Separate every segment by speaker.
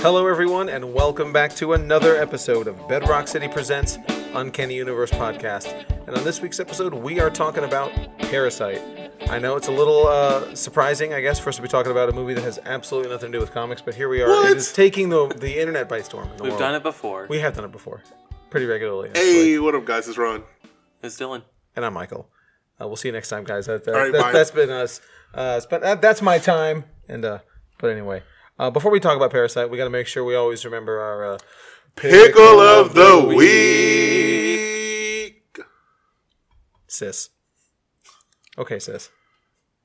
Speaker 1: Hello, everyone, and welcome back to another episode of Bedrock City Presents Uncanny Universe Podcast. And on this week's episode, we are talking about Parasite. I know it's a little uh, surprising, I guess, for us to be talking about a movie that has absolutely nothing to do with comics, but here we are. It is taking the, the internet by storm. in the
Speaker 2: We've
Speaker 1: world.
Speaker 2: done it before.
Speaker 1: We have done it before, pretty regularly. actually.
Speaker 3: Hey, what up, guys? It's Ron.
Speaker 2: it's Dylan.
Speaker 1: And I'm Michael. Uh, we'll see you next time, guys. That, that,
Speaker 3: right,
Speaker 1: that,
Speaker 3: bye.
Speaker 1: has been us. Uh, but that, that's my time. And uh, but anyway, uh, before we talk about Parasite, we got to make sure we always remember our. Uh,
Speaker 3: Pickle of the week.
Speaker 1: Sis. Okay, sis.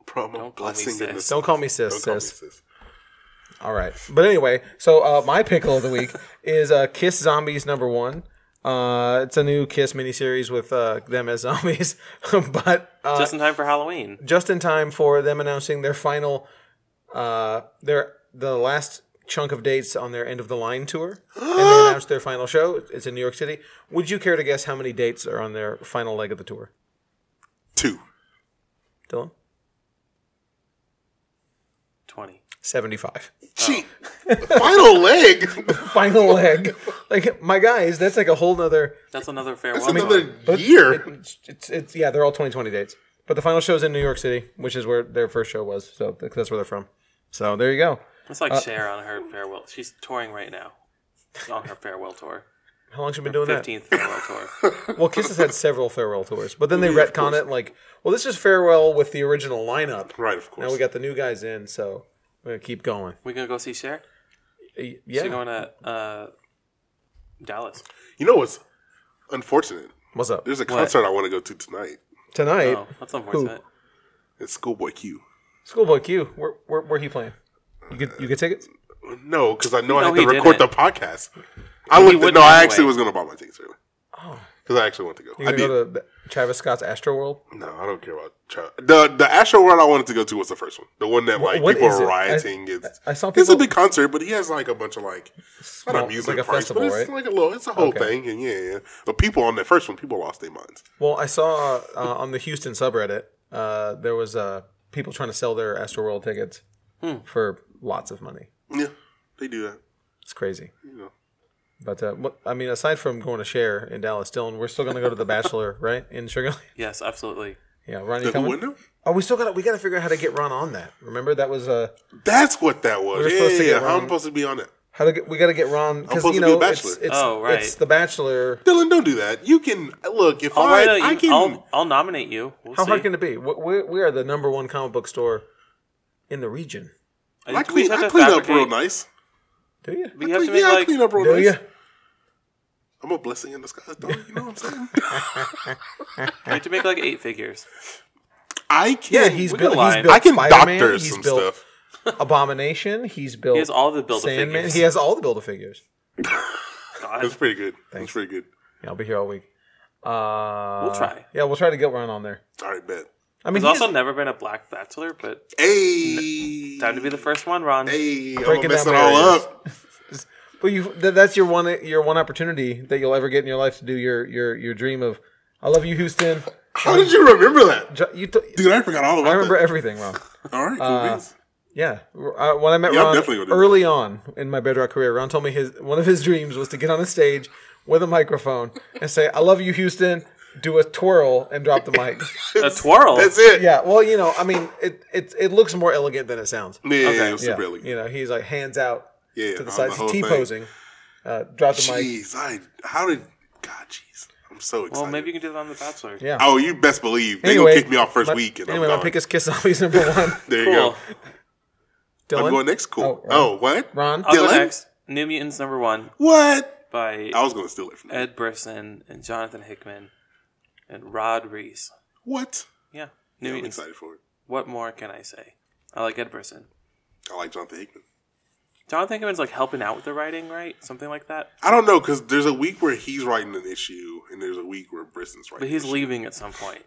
Speaker 3: Promo
Speaker 2: call me
Speaker 3: blessing in
Speaker 2: sis.
Speaker 3: this.
Speaker 1: Don't call me sis,
Speaker 3: call me
Speaker 1: sis. All right. But anyway, so uh, my pickle of the week is uh, Kiss Zombies number one. Uh, it's a new Kiss miniseries with uh, them as zombies, but uh,
Speaker 2: Just in time for Halloween.
Speaker 1: just in time for them announcing their final, uh, their the last chunk of dates on their end of the line tour, and they announced their final show. It's in New York City. Would you care to guess how many dates are on their final leg of the tour,
Speaker 3: Two.
Speaker 1: Dylan?
Speaker 2: 20.
Speaker 1: Seventy-five.
Speaker 3: Gee, final leg.
Speaker 1: final leg. Like my guys, that's like a whole nother.
Speaker 2: That's another farewell.
Speaker 3: Another
Speaker 2: song.
Speaker 3: year.
Speaker 1: It's, it's, it's yeah, they're all 2020 dates. But the final show's in New York City, which is where their first show was. So th- that's where they're from. So there you go.
Speaker 2: It's
Speaker 3: Uh,
Speaker 2: like Cher on her farewell. She's touring right now. On her farewell tour.
Speaker 1: How long's she been doing
Speaker 2: 15th farewell tour.
Speaker 1: that? Well, Kiss has had several farewell tours, but then they retcon it like, well, this is farewell with the original lineup.
Speaker 3: Right, of
Speaker 1: Now
Speaker 3: course.
Speaker 1: we got the new guys in, so we're gonna keep going.
Speaker 2: We gonna go see Cher?
Speaker 1: Y-
Speaker 2: She's
Speaker 1: Yeah.
Speaker 2: going to uh, Dallas.
Speaker 3: you know what's unfortunate?
Speaker 1: What's up
Speaker 3: There's a concert I want to go to tonight.
Speaker 1: tonight?
Speaker 2: Oh, that's unfortunate.
Speaker 3: It's Schoolboy Q.
Speaker 1: Schoolboy Q. Where where where he playing? You get you get tickets.
Speaker 3: No, because I know I
Speaker 2: No,
Speaker 3: have to
Speaker 2: he
Speaker 3: record
Speaker 2: didn't.
Speaker 3: the podcast. I went.
Speaker 2: wouldn't
Speaker 3: No, I
Speaker 2: anyway.
Speaker 3: actually was gonna buy my tickets earlier. Because I actually want to Oh. go.
Speaker 1: You
Speaker 3: I
Speaker 1: gonna
Speaker 3: did.
Speaker 1: go to the- Travis Scott's Astroworld?
Speaker 3: no, I don't care about Tra- the the Astro World. I wanted to go to was the first one, the one that like
Speaker 1: what
Speaker 3: people
Speaker 1: is
Speaker 3: are
Speaker 1: it? I-
Speaker 3: rioting. it's
Speaker 1: I saw
Speaker 3: it's a
Speaker 1: people-
Speaker 3: big concert, but he has like a bunch of like not
Speaker 1: Small-
Speaker 3: a
Speaker 1: it's
Speaker 3: music
Speaker 1: like a
Speaker 3: price,
Speaker 1: festival,
Speaker 3: but
Speaker 1: right?
Speaker 3: it's like a little. It's a whole thing, and yeah, yeah. But people on that first one, people lost their minds.
Speaker 1: Well, I saw uh, on the Houston subreddit uh, there was uh, people trying to sell their Astroworld tickets
Speaker 3: Hmm.
Speaker 1: for lots of money.
Speaker 3: Yeah, they do that.
Speaker 1: It's crazy.
Speaker 3: Yeah.
Speaker 1: But uh, what, I mean, aside from going to share in Dallas, Dylan, we're still going to go to the Bachelor, right? In Sugar Land.
Speaker 2: Yes, absolutely.
Speaker 1: Yeah, Ron, you
Speaker 3: The who
Speaker 1: coming?
Speaker 3: window?
Speaker 1: Oh, we still got to we got to figure out how to get Ron on that. Remember that was uh,
Speaker 3: That's what that was.
Speaker 1: were
Speaker 3: yeah,
Speaker 1: supposed to
Speaker 3: yeah,
Speaker 1: get
Speaker 3: yeah.
Speaker 1: around-
Speaker 3: I'm supposed to be on it.
Speaker 1: how to get we got to get Ron because
Speaker 3: supposed
Speaker 1: you
Speaker 3: to be a
Speaker 1: know it's,
Speaker 3: bachelor.
Speaker 1: it's
Speaker 2: Oh, right.
Speaker 1: it's the Bachelor.
Speaker 3: Dylan, don't do that. You can look if
Speaker 2: I'll,
Speaker 3: I,
Speaker 2: write a-
Speaker 3: I
Speaker 2: Oh, you-
Speaker 3: can.
Speaker 2: I'll, I'll nominate you. We'll
Speaker 1: How
Speaker 2: see.
Speaker 1: hard can it be? We- We we are the number one comic book store in the region.
Speaker 2: I,
Speaker 3: I
Speaker 2: Uh, we
Speaker 3: clean.
Speaker 2: just have
Speaker 3: I
Speaker 2: to
Speaker 3: clean up
Speaker 2: fabricate-
Speaker 3: real nice.
Speaker 1: Do you?
Speaker 2: We have to
Speaker 3: Clean-
Speaker 2: make
Speaker 3: yeah, I
Speaker 2: like
Speaker 3: clean up real
Speaker 1: Do
Speaker 3: nice.
Speaker 1: you?
Speaker 3: I'm a blessing in disguise, dog. You know what I'm saying?
Speaker 2: we have to make like eight figures.
Speaker 3: I can.
Speaker 1: Yeah, he's
Speaker 2: we
Speaker 1: built.
Speaker 2: got
Speaker 1: He's
Speaker 2: Lion.
Speaker 1: built
Speaker 3: I can
Speaker 1: Spider-Man,
Speaker 3: doctor
Speaker 1: he's
Speaker 3: some
Speaker 1: built
Speaker 3: stuff.
Speaker 1: Abomination. He's built.
Speaker 2: He has all the build a
Speaker 1: Sandman.
Speaker 2: figures.
Speaker 1: He has all the build a figures.
Speaker 3: That's pretty good. That's pretty good.
Speaker 1: Yeah, I'll be here all week. Uh,
Speaker 2: We'll try.
Speaker 1: Yeah, we'll try to get Ron on there.
Speaker 3: All right, bet.
Speaker 1: I mean,
Speaker 2: There's
Speaker 1: he
Speaker 2: also
Speaker 1: is-
Speaker 2: never been a black bachelor, but
Speaker 3: Hey,
Speaker 2: time to be the first one, Ron.
Speaker 3: Hey, I'm
Speaker 1: Breaking
Speaker 3: gonna mess it
Speaker 1: down
Speaker 3: all
Speaker 1: barriers.
Speaker 3: up.
Speaker 1: but you, th- that's your one your one opportunity that you'll ever get in your life to do your your your dream of I love you Houston.
Speaker 3: How did you remember that,
Speaker 1: Jo- You t-
Speaker 3: dude? I forgot all about
Speaker 1: I remember
Speaker 3: that.
Speaker 1: everything, Ron.
Speaker 3: All right, cool beans.
Speaker 1: Yeah, uh, when I met
Speaker 3: Yeah, I'm definitely
Speaker 1: Ron
Speaker 3: gonna do
Speaker 1: early on in my bedrock career, Ron told me his one of his dreams was to get on a stage with a microphone and say "I love you Houston," do a twirl and drop the mic.
Speaker 2: A twirl.
Speaker 3: That's it.
Speaker 1: Yeah, well, you know, I mean, it it it looks more elegant than it sounds.
Speaker 3: Yeah, yeah, yeah, it was
Speaker 1: Yeah,
Speaker 3: super elegant.
Speaker 1: you know, he's like hands out
Speaker 3: Yeah, yeah,
Speaker 1: to the
Speaker 3: on
Speaker 1: sides,
Speaker 3: the whole
Speaker 1: T
Speaker 3: thing.
Speaker 1: posing, uh, drop the mic.
Speaker 3: Jeez, I how did God? Jeez, I'm so excited.
Speaker 2: Well, maybe you can do that on the Bachelor.
Speaker 1: Yeah.
Speaker 3: Oh, you best believe they
Speaker 1: Anyway,
Speaker 3: gonna kick me off first
Speaker 1: my-
Speaker 3: week, and
Speaker 1: anyway,
Speaker 3: I'm
Speaker 1: my
Speaker 3: gone.
Speaker 1: pick is Kiss Zombies number one.
Speaker 3: there you
Speaker 2: Cool.
Speaker 3: go.
Speaker 1: Dylan,
Speaker 3: I'm going next. Cool.
Speaker 1: Oh,
Speaker 3: Oh,
Speaker 1: Ron.
Speaker 3: what?
Speaker 1: Ron,
Speaker 2: I'll go
Speaker 3: Dylan?
Speaker 2: next. New Mutants number one
Speaker 3: What?
Speaker 2: by
Speaker 3: I was gonna steal it from you.
Speaker 2: Ed Brisson and Jonathan Hickman and Rod Reese.
Speaker 3: What?
Speaker 2: Yeah.
Speaker 3: Yeah,
Speaker 2: New
Speaker 3: I'm
Speaker 2: Mutants.
Speaker 3: excited for it.
Speaker 2: What more can I say? I like Ed Brisson.
Speaker 3: I like Jonathan Hickman.
Speaker 2: Jonathan Hickman's like helping out with the writing, right? Something like that.
Speaker 3: I don't know because there's a week where he's writing an issue, and there's a week where Brisson's writing.
Speaker 2: But he's leaving at some point.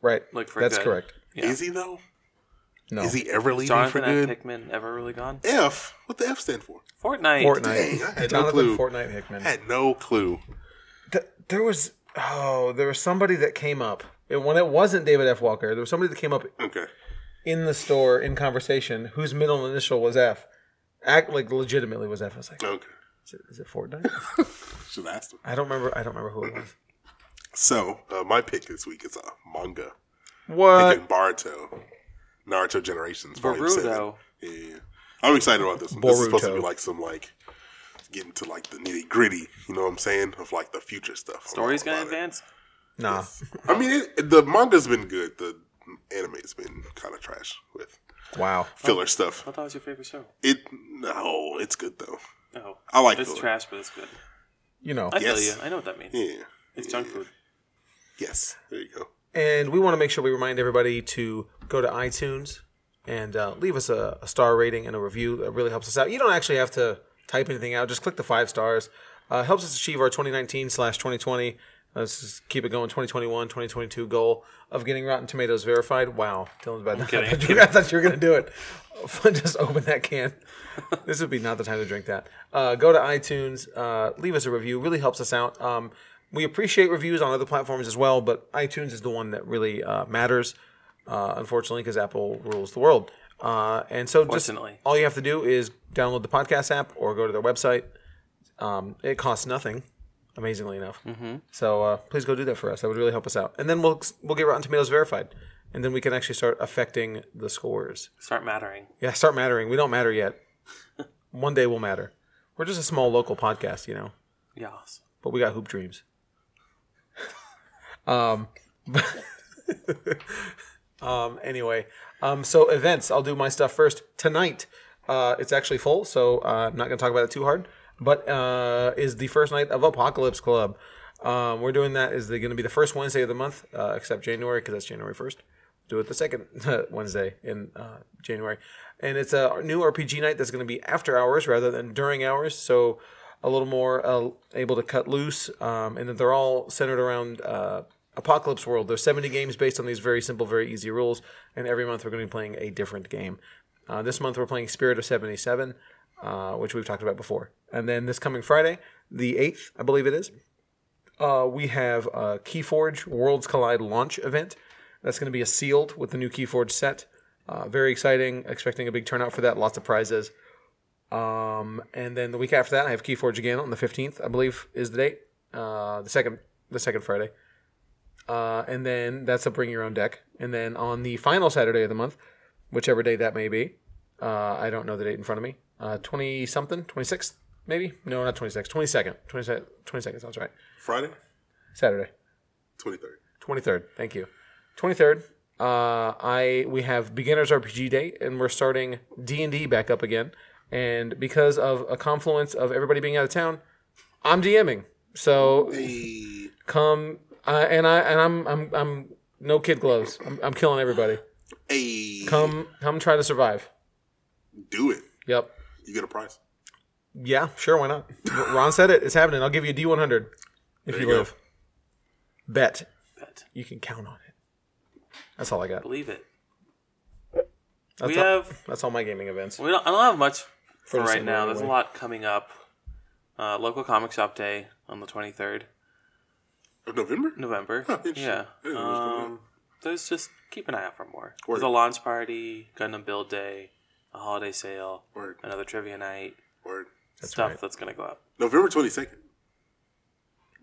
Speaker 1: right?
Speaker 2: Look for
Speaker 1: That's
Speaker 2: good.
Speaker 1: correct.
Speaker 2: Yeah.
Speaker 3: Is he though?
Speaker 1: No,
Speaker 3: Is he ever leaving
Speaker 2: Jonathan
Speaker 3: for
Speaker 2: F.
Speaker 3: good?
Speaker 2: Hickman ever really gone?
Speaker 3: F. What the F stand for?
Speaker 2: Fortnite.
Speaker 1: Fortnite?
Speaker 3: Dang, I had no
Speaker 1: Jonathan
Speaker 3: clue.
Speaker 1: Fortnite Hickman.
Speaker 3: I had no clue.
Speaker 1: Th- there was oh, there was somebody that came up and when it wasn't David F. Walker. There was somebody that came up
Speaker 3: Okay.
Speaker 1: in the store in conversation whose middle initial was F. Act like legitimately was F. I was like,
Speaker 3: Okay.
Speaker 1: is it, is it Fortnite?
Speaker 3: Should have asked him.
Speaker 1: I don't remember. I don't remember who it was.
Speaker 3: So, uh, my pick this week is a manga.
Speaker 1: What?
Speaker 3: Picking Baruto. Naruto Generations. Volume seven.
Speaker 2: Uh, Boruto.
Speaker 3: Yeah. I'm excited about this one. This is supposed to
Speaker 1: Boruto.
Speaker 3: be like some like getting to like the nitty gritty, you know what I'm saying? Of like the future stuff. I'm
Speaker 2: Story's
Speaker 3: all
Speaker 2: gonna
Speaker 3: about it.
Speaker 2: advance.
Speaker 1: Nah.
Speaker 3: I mean, it, the manga's been good. The anime's been kind of trash with
Speaker 1: Wow.
Speaker 3: filler stuff.
Speaker 2: I thought it was your favorite show.
Speaker 3: It no, it's good though.
Speaker 2: No,
Speaker 3: I like
Speaker 2: it's
Speaker 3: filler.
Speaker 2: trash, but it's good.
Speaker 1: You know.
Speaker 2: I feel
Speaker 3: Yes.
Speaker 2: you. I know what that means.
Speaker 3: Yeah.
Speaker 2: It's junk food.
Speaker 3: Yes. There you go.
Speaker 1: And we want to make sure we remind everybody to go to iTunes and uh, leave us a, a star rating and a review. That really helps us out. You don't actually have to type anything out, just click the five stars. Uh, helps us achieve our 2019 slash 2020. Let's just keep it going. 2021, 2022 goal of getting Rotten Tomatoes verified. Wow, Dylan's about to. I
Speaker 2: kidding,
Speaker 1: thought you- I thought you were gonna do it. just open that can. this would be not the time to drink that. Uh, go to iTunes, uh, leave us a review. Really helps us out. Um, we appreciate reviews on other platforms as well, but iTunes is the one that really uh, matters, uh, unfortunately, because Apple rules the world. Uh, and so, just
Speaker 2: Fortunately.
Speaker 1: all you have to do is download the podcast app or go to their website. Um, it costs nothing, amazingly enough. So uh, please go do that for us. That would really help us out. And then we'll we'll get Rotten Tomatoes verified, and then we can actually start affecting the scores.
Speaker 2: Start mattering.
Speaker 1: Yeah, start mattering. We don't matter yet. One day we'll matter. We're just a small local podcast, you know,
Speaker 2: Yes.
Speaker 1: but we got hoop dreams. Um, um anyway, um so events, I'll do my stuff first tonight. Uh it's actually full, so uh, I'm not going to talk about it too hard, but uh is the first night of Apocalypse Club. Um we're doing that is going to be the first Wednesday of the month, uh, except January because that's January 1st. Do it the second Wednesday in uh, January, and it's a new RPG night that's going to be after hours rather than during hours. So a little more uh, able to cut loose, um, and that they're all centered around uh, Apocalypse World. There's 70 games based on these very simple, very easy rules, and every month we're going to be playing a different game. Uh, this month we're playing Spirit of 77, uh, which we've talked about before, and then this coming Friday, the 8th, I believe it is, uh, we have a Keyforge Worlds Collide launch event. That's going to be a sealed with the new Keyforge set. Uh, very exciting. Expecting a big turnout for that. Lots of prizes. Um, and then the week after that, I have Keyforge again on the fifteenth. I believe is the date. Uh, the second, the second Friday. Uh, and then that's a bring your own deck. And then on the final Saturday of the month, whichever day that may be, uh, I don't know the date in front of me. Uh, twenty something, twenty sixth, maybe. No, not twenty sixth. Twenty second. Twenty second. Twenty second sounds right.
Speaker 3: Friday,
Speaker 1: Saturday.
Speaker 3: 23rd.
Speaker 1: 23rd. Thank you. 23rd. Uh, I we have beginners RPG day, and we're starting D and D back up again. And because of a confluence of everybody being out of town, I'm DMing. So
Speaker 3: Hey,
Speaker 1: come uh, and I and I'm I'm I'm no kid gloves. I'm, I'm killing everybody.
Speaker 3: hey,
Speaker 1: Come come try to survive.
Speaker 3: do it.
Speaker 1: Yep.
Speaker 3: You get a prize.
Speaker 1: Yeah. Sure. Why not? Ron said it. It's happening. I'll give you a D100 if you,
Speaker 3: you go.
Speaker 1: live. Bet
Speaker 2: Bet.
Speaker 1: you can count on it. That's all I got.
Speaker 2: Believe it.
Speaker 1: That's
Speaker 2: we
Speaker 1: all-
Speaker 2: have.
Speaker 1: That's all my gaming events.
Speaker 2: We don't, I don't have much for
Speaker 1: the
Speaker 2: right
Speaker 1: summer
Speaker 2: now. There's a
Speaker 1: anyway.
Speaker 2: lot coming up. Uh, local comic shop day on the 23rd
Speaker 3: Of November?
Speaker 2: November.
Speaker 3: interesting.
Speaker 2: yeah.
Speaker 3: I didn't know it was coming
Speaker 2: Um, there's just keep an eye out for more.
Speaker 3: Word.
Speaker 2: There's a launch party, Gundam build day, a holiday sale,
Speaker 3: Word.
Speaker 2: another trivia night,
Speaker 3: Word.
Speaker 2: stuff
Speaker 1: right.
Speaker 2: that's gonna go up.
Speaker 3: November 22nd.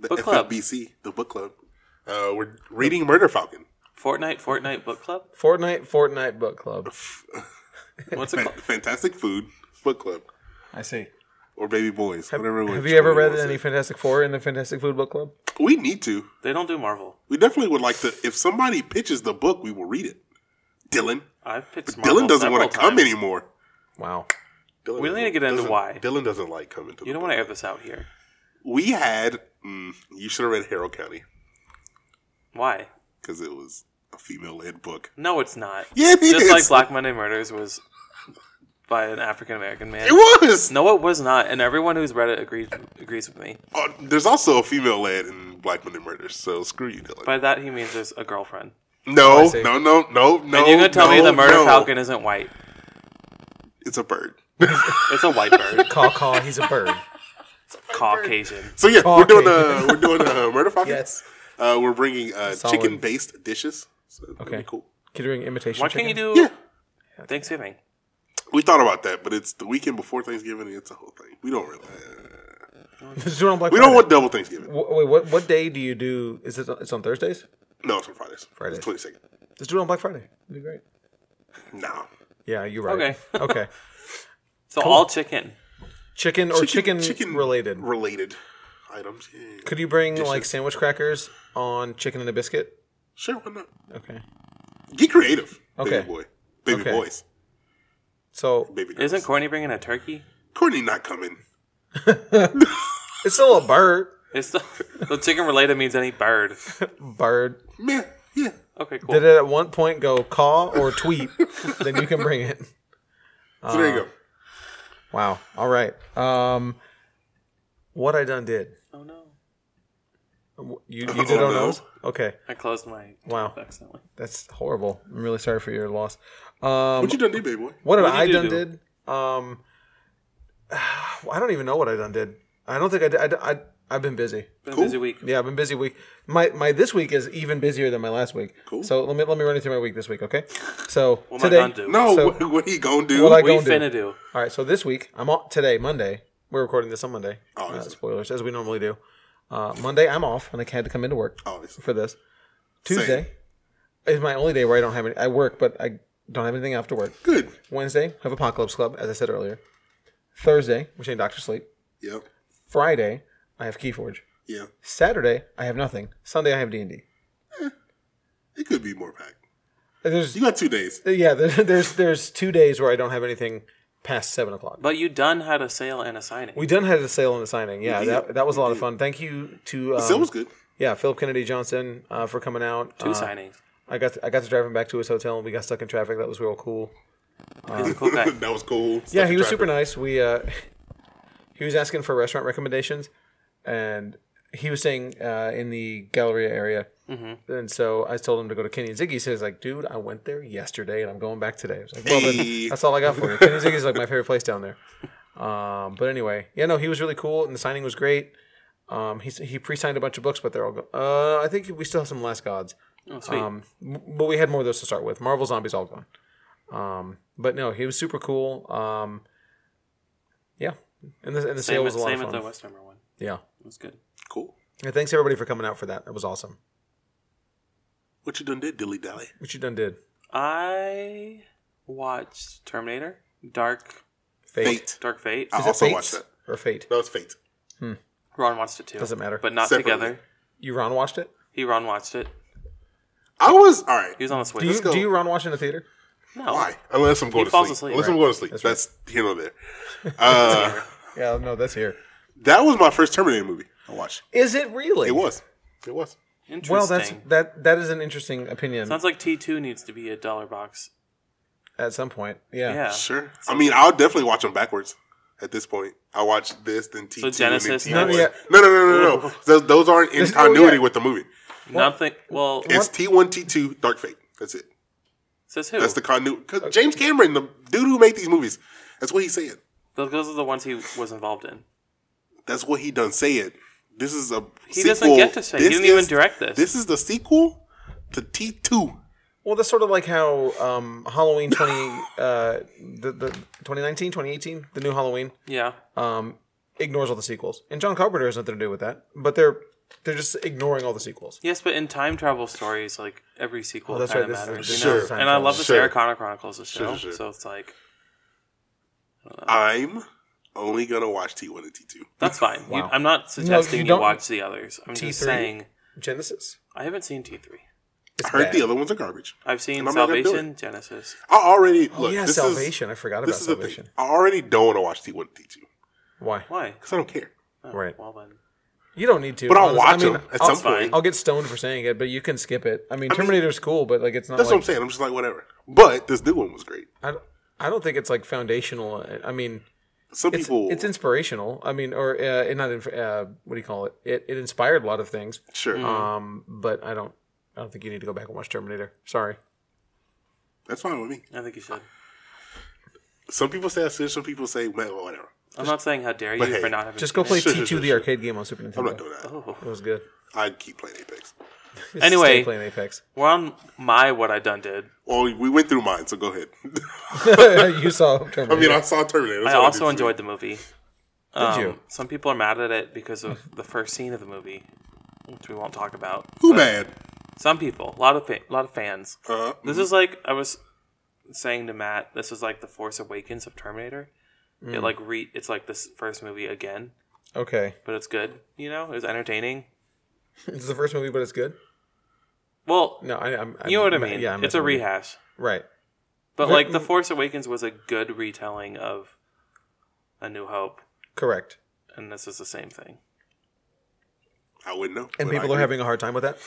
Speaker 3: The
Speaker 2: Book club.
Speaker 3: FFBC, the book club. Uh, we're reading Murder Falcon.
Speaker 2: Fortnite, Fortnite book club.
Speaker 1: Fortnite, Fortnite Book Club.
Speaker 2: What's it
Speaker 3: Fan-
Speaker 2: called?
Speaker 3: Fantastic Food Book Club.
Speaker 1: I see.
Speaker 3: Or Baby Boys. whatever
Speaker 1: Have
Speaker 3: which
Speaker 1: you ever
Speaker 3: one
Speaker 1: read
Speaker 3: wanna
Speaker 1: any
Speaker 3: say.
Speaker 1: Fantastic Four in the Fantastic Food Book Club?
Speaker 3: We need to.
Speaker 2: They don't do Marvel.
Speaker 3: We definitely would like to. If somebody pitches the book, we will read it. Dylan.
Speaker 2: I've pitched Marvel.
Speaker 3: Dylan doesn't
Speaker 2: want to
Speaker 3: come anymore.
Speaker 1: Wow.
Speaker 3: Dylan
Speaker 2: We don't need to get into
Speaker 3: doesn't-
Speaker 2: why.
Speaker 3: Dylan doesn't like coming to
Speaker 2: You don't want to air this out here.
Speaker 3: We had. Mm, you should have read Harrow County
Speaker 2: Why?
Speaker 3: because it was a female led book.
Speaker 2: No, it's not.
Speaker 3: Yeah, it
Speaker 2: Just
Speaker 3: is.
Speaker 2: like Black Monday Murders was by an African American man.
Speaker 3: It was.
Speaker 2: No, it was not, and everyone who's read it agrees agrees with me.
Speaker 3: Oh, there's also a female led in Black Monday Murders, so screw you, Dylan.
Speaker 2: By that, he means there's a girlfriend.
Speaker 3: no,
Speaker 1: see.
Speaker 3: no, no, no, no.
Speaker 2: Oh, and you're gonna tell me
Speaker 3: no,
Speaker 2: the murder
Speaker 3: no.
Speaker 2: falcon isn't white?
Speaker 3: It's a bird.
Speaker 2: It's a white bird,
Speaker 1: Caw caw, he's a bird.
Speaker 2: Caucasian.
Speaker 3: So yeah,
Speaker 1: Oh,
Speaker 3: we're doing
Speaker 1: okay.
Speaker 3: a we're doing a murder falcon.
Speaker 1: Yes.
Speaker 3: Uh, we're bringing uh,
Speaker 1: Solid.
Speaker 3: chicken based dishes. So that'd be
Speaker 1: Okay.
Speaker 3: cool.
Speaker 1: Can you do an imitation
Speaker 2: Why
Speaker 1: chicken?
Speaker 2: can't you do
Speaker 3: Yeah.
Speaker 2: Thanksgiving?
Speaker 3: We thought about that, but it's the weekend before Thanksgiving. and It's a whole thing. We don't really.
Speaker 1: This is on Black
Speaker 3: We don't
Speaker 1: Friday.
Speaker 3: want double Thanksgiving.
Speaker 1: Wh- Wait, what what day do you do? Is it? It's on Thursdays.
Speaker 3: No, it's on Fridays.
Speaker 1: Fridays.
Speaker 3: It's twenty second.
Speaker 1: Just do it on Black Friday. It'd be great.
Speaker 3: No.
Speaker 1: Yeah, you're right.
Speaker 2: Okay.
Speaker 1: Okay.
Speaker 2: So all chicken.
Speaker 1: Chicken or chicken, related.
Speaker 3: related items. Yeah, yeah.
Speaker 1: Could you bring like sandwich crackers on chicken and a biscuit?
Speaker 3: sure, why not?
Speaker 1: Okay.
Speaker 3: Get creative,
Speaker 1: Okay.
Speaker 3: baby boy, baby
Speaker 1: Okay.
Speaker 3: boys,
Speaker 1: So
Speaker 3: baby. Girls.
Speaker 2: Isn't Courtney bringing a turkey?
Speaker 3: Courtney not coming?
Speaker 1: it's still a bird.
Speaker 2: It's the, so chicken related means any bird.
Speaker 1: Bird.
Speaker 3: Man, yeah.
Speaker 2: Okay, cool.
Speaker 1: Did it at one point go caw or tweet? then you can bring it.
Speaker 3: So there you go.
Speaker 1: Uh, Wow. All right. Um, what I done did.
Speaker 2: oh no,
Speaker 1: You you did on
Speaker 3: no.
Speaker 1: those? Okay.
Speaker 2: I closed my
Speaker 1: Wow.
Speaker 2: accidentally.
Speaker 1: That's horrible. I'm really sorry for your loss. Um,
Speaker 3: What you done, to baby boy?
Speaker 1: What have
Speaker 2: What'd
Speaker 1: I
Speaker 2: you
Speaker 1: done
Speaker 2: do?
Speaker 1: did? Um, I don't even know what I done did. I don't think I did. I, I, I've been busy.
Speaker 2: Been
Speaker 3: Cool.
Speaker 2: a busy week.
Speaker 1: Yeah, I've been busy week. My my this week is even busier than my last week.
Speaker 3: Cool.
Speaker 1: So let me let me run you through my week this week, okay? So
Speaker 2: What am I
Speaker 1: today,
Speaker 2: gonna do?
Speaker 3: No,
Speaker 1: So-
Speaker 3: what, what he gonna do?
Speaker 1: What I
Speaker 2: we
Speaker 1: gonna do?
Speaker 2: finna do.
Speaker 1: all right. So this week I'm off today Monday. We're recording this on Monday.
Speaker 3: Oh,
Speaker 1: Uh,
Speaker 3: I see.
Speaker 1: spoilers as we normally do. Uh, Monday I'm off and I had to come into work
Speaker 3: Obviously.
Speaker 1: for this. Tuesday is my only day where I don't have any. I work, but I don't have anything after work.
Speaker 3: Good.
Speaker 1: Wednesday have Apocalypse Club, as I said earlier. Thursday, which ain't Doctor Sleep.
Speaker 3: Yep.
Speaker 1: Friday, I have Keyforge.
Speaker 3: Yeah.
Speaker 1: Saturday, I have nothing. Sunday, I have D and D.
Speaker 3: It could be more packed.
Speaker 1: There's
Speaker 3: You got two days.
Speaker 1: yeah, there's, there's there's two days where I don't have anything past seven o'clock.
Speaker 2: But you done had a sale and a signing.
Speaker 1: We done had a sale and a signing. Yeah,
Speaker 3: We did.
Speaker 1: that, that was a lot of fun. Thank you to um,
Speaker 3: So it was good.
Speaker 1: yeah Philip Kennedy Johnson uh, for coming out.
Speaker 2: Two
Speaker 1: Uh,
Speaker 2: signings.
Speaker 1: I got to, I got to drive him back to his hotel and we got stuck in traffic. That was real cool. Uh,
Speaker 2: He's a cool guy.
Speaker 3: that was cool.
Speaker 1: yeah, he was super nice. We uh, he was asking for restaurant recommendations, and he was saying uh, in the Galleria area. Mm-hmm. And so I told him to go to Kenny and Ziggy. So he's like, "Dude, I went there yesterday, and I'm going back today." I was like, "Well,
Speaker 3: Hey.
Speaker 1: then that's all I got for you." Kenny and Ziggy's like my favorite place down there. Um, but anyway, yeah, no, he was really cool, and the signing was great. Um, he he pre-signed a bunch of books, but they're all. Go- uh, I think we still have some Last Gods.
Speaker 2: Oh, sweet.
Speaker 1: Um, m- but we had more of those to start with. Marvel Zombies all gone. Um, but no, he was super cool. Um, yeah, and the, and the sale
Speaker 2: same
Speaker 1: was a lot
Speaker 2: same
Speaker 1: of
Speaker 2: as the
Speaker 1: fun.
Speaker 2: West Hammer one.
Speaker 1: yeah,
Speaker 2: It was good.
Speaker 3: Cool.
Speaker 1: and thanks everybody for coming out for that. That was awesome.
Speaker 3: What you done did, dilly dally?
Speaker 1: What you done did?
Speaker 2: I watched Terminator, Dark,
Speaker 1: Fate.
Speaker 3: Fate.
Speaker 2: Dark Fate.
Speaker 3: I
Speaker 1: Is it
Speaker 3: also
Speaker 1: Fates
Speaker 3: watched that.
Speaker 1: or Fate.
Speaker 3: That was fate.
Speaker 2: Ron watched it too.
Speaker 1: Doesn't matter.
Speaker 2: But not
Speaker 3: Separately.
Speaker 2: together.
Speaker 1: You Ron watched it.
Speaker 2: He Ron watched it.
Speaker 3: I was all right.
Speaker 2: He was on the switch.
Speaker 1: Do you
Speaker 3: go.
Speaker 1: do you Ron watch in the theater?
Speaker 2: no.
Speaker 3: Why? Unless I'm going to
Speaker 2: falls
Speaker 3: sleep.
Speaker 2: asleep,
Speaker 3: Unless
Speaker 2: right.
Speaker 3: I'm going to sleep. That's, here nor there. Uh,
Speaker 1: Yeah, no, that's here.
Speaker 3: that was my first Terminator movie I watched.
Speaker 1: Is it really?
Speaker 3: It was. It was.
Speaker 2: Interesting.
Speaker 1: Well, that's that. That is an interesting opinion
Speaker 2: Sounds like T two needs to be a dollar box.
Speaker 1: at some point.
Speaker 2: Yeah.
Speaker 1: Yeah.
Speaker 3: Sure. I mean, I'll definitely watch them backwards. At this point, I watched this, then T2,
Speaker 2: Genesis
Speaker 3: and then
Speaker 1: now?
Speaker 3: T1.
Speaker 1: Yeah.
Speaker 3: No, no, no, no, no. those, those aren't in
Speaker 1: There's no-
Speaker 3: continuity
Speaker 1: yeah.
Speaker 3: with the movie.
Speaker 2: Nothing. Well,
Speaker 3: It's T1, T2, Dark Fate. That's it.
Speaker 2: says who?
Speaker 3: That's the continuity. Because James Cameron, the dude who made these movies, that's what he said.
Speaker 2: Those are the ones he was involved in.
Speaker 3: That's what he done said. This is a
Speaker 2: He doesn't get to say it. He didn't even direct this.
Speaker 3: This is the sequel to T2.
Speaker 1: Well, that's sort of like how um, Halloween twenty uh, the, the 2019, 2018, the new Halloween.
Speaker 2: Yeah.
Speaker 1: um, ignores all the sequels. And John Carpenter has nothing to do with that, but they're they're just ignoring all the sequels.
Speaker 2: Yes, but in time travel stories, like every sequel
Speaker 1: that's
Speaker 2: kind
Speaker 1: right,
Speaker 2: of
Speaker 1: this is-
Speaker 2: matters.
Speaker 1: this
Speaker 2: you know?
Speaker 1: is time
Speaker 2: and I love
Speaker 3: travel.
Speaker 2: the Sarah
Speaker 3: Sure.
Speaker 2: Connor Chronicles of show,
Speaker 3: sure.
Speaker 2: so it's like
Speaker 3: I'm only gonna watch T1 and T2.
Speaker 2: that's fine. You,
Speaker 1: Wow.
Speaker 2: I'm not suggesting you,
Speaker 1: don't-
Speaker 2: watch the others. I'm just
Speaker 1: T3?
Speaker 2: saying
Speaker 1: Genesis.
Speaker 2: I haven't seen T three.
Speaker 3: I heard
Speaker 1: bad.
Speaker 3: the other ones are garbage.
Speaker 2: I've seen
Speaker 3: I'm not gonna do
Speaker 2: Salvation, Genesis.
Speaker 3: I already look.
Speaker 1: Oh, yeah,
Speaker 3: this
Speaker 1: Salvation. I forgot about
Speaker 3: Is, this is the
Speaker 1: Salvation.
Speaker 3: thing. I already don't want to watch T1 and T2
Speaker 1: Why?
Speaker 2: Why?
Speaker 3: because I don't care.
Speaker 2: Oh,
Speaker 1: Right.
Speaker 2: Well then,
Speaker 1: You don't need to.
Speaker 3: But
Speaker 1: honest-
Speaker 3: I'll watch
Speaker 1: I mean,
Speaker 3: them at
Speaker 1: I'll,
Speaker 3: some point.
Speaker 1: I'll get stoned for saying it, but you can skip it. I mean, Terminator's cool, but like it's not.
Speaker 3: That's
Speaker 1: Like,
Speaker 3: what I'm saying. I'm just like whatever. But this new one was great.
Speaker 1: I, don't- I don't think it's like foundational. I mean,
Speaker 3: Some
Speaker 1: it's
Speaker 3: people
Speaker 1: it's inspirational. I mean, or uh, it not inf- uh, what do you call it? It it inspired a lot of things.
Speaker 3: sure.
Speaker 2: Mm.
Speaker 1: Um, but I don't I don't think you need to go back and watch Terminator. Sorry.
Speaker 3: That's fine with me.
Speaker 2: I think you should.
Speaker 3: Some people say I should. Some people say well, whatever.
Speaker 2: I'm not saying how dare you
Speaker 3: But hey,
Speaker 2: for not having
Speaker 1: Just go play
Speaker 3: Sure,
Speaker 1: T2,
Speaker 3: sure,
Speaker 1: the
Speaker 3: sure.
Speaker 1: arcade game on Super Nintendo.
Speaker 3: I'm not doing that.
Speaker 2: Oh,
Speaker 1: It was good.
Speaker 3: I'd keep playing Apex.
Speaker 1: Just
Speaker 2: Anyway.
Speaker 1: stay playing Apex.
Speaker 2: We're on my what I done did.
Speaker 3: Well, we went through mine, so go ahead.
Speaker 1: you saw Terminator.
Speaker 3: I mean, I saw Terminator.
Speaker 2: I
Speaker 3: That's all did
Speaker 2: also
Speaker 3: see.
Speaker 2: enjoyed the movie. Did
Speaker 1: you?
Speaker 2: Some people are mad at it because of the first scene of the movie, which we won't talk about.
Speaker 3: Who
Speaker 2: But
Speaker 3: mad?
Speaker 2: Some people, a lot of fa- a lot of fans.
Speaker 3: Uh,
Speaker 2: This is like I was saying to Matt. This is like the Force Awakens of Terminator.
Speaker 1: Mm.
Speaker 2: It like re it's like this first movie again,
Speaker 1: okay,
Speaker 2: but it's good. You know, it was entertaining.
Speaker 1: it's the first movie, but it's good.
Speaker 2: Well,
Speaker 1: No, I, I'm, Mm, I'm-
Speaker 2: you know what I
Speaker 1: I'm-
Speaker 2: mean.
Speaker 1: Yeah, I'm
Speaker 2: it's a
Speaker 1: messing with you.
Speaker 2: rehash.
Speaker 1: Right.
Speaker 2: But
Speaker 1: Ver-
Speaker 2: like the Force Awakens was a good retelling of A New Hope,
Speaker 1: Correct.
Speaker 2: and this is the same thing.
Speaker 3: I wouldn't know.
Speaker 1: And
Speaker 3: but I
Speaker 1: people are
Speaker 3: agree.
Speaker 1: having a hard time with that.